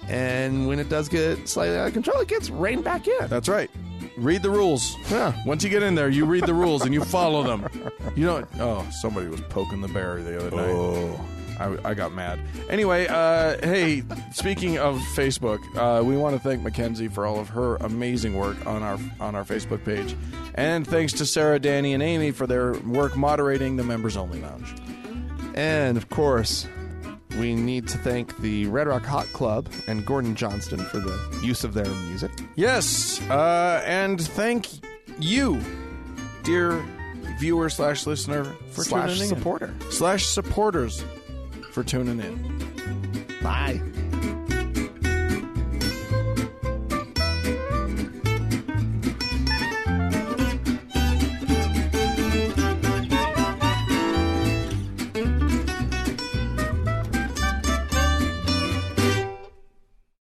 Speaker 1: And when it does get slightly out of control, it gets reined back in.
Speaker 2: That's right. Read the rules.
Speaker 1: Yeah.
Speaker 2: Once you get in there, you read the rules and you follow them. You don't. Oh, somebody was poking the bear the other night. Oh. I, I got mad. Anyway, uh, hey, speaking of Facebook, uh, we want to thank Mackenzie for all of her amazing work on our on our Facebook page, and thanks to Sarah, Danny, and Amy for their work moderating the members only lounge.
Speaker 1: And of course, we need to thank the Red Rock Hot Club and Gordon Johnston for the use of their music.
Speaker 2: Yes, uh, and thank you, dear viewer slash listener for
Speaker 1: Slash
Speaker 2: tuning in.
Speaker 1: supporter.
Speaker 2: slash supporters for tuning in.
Speaker 1: Bye.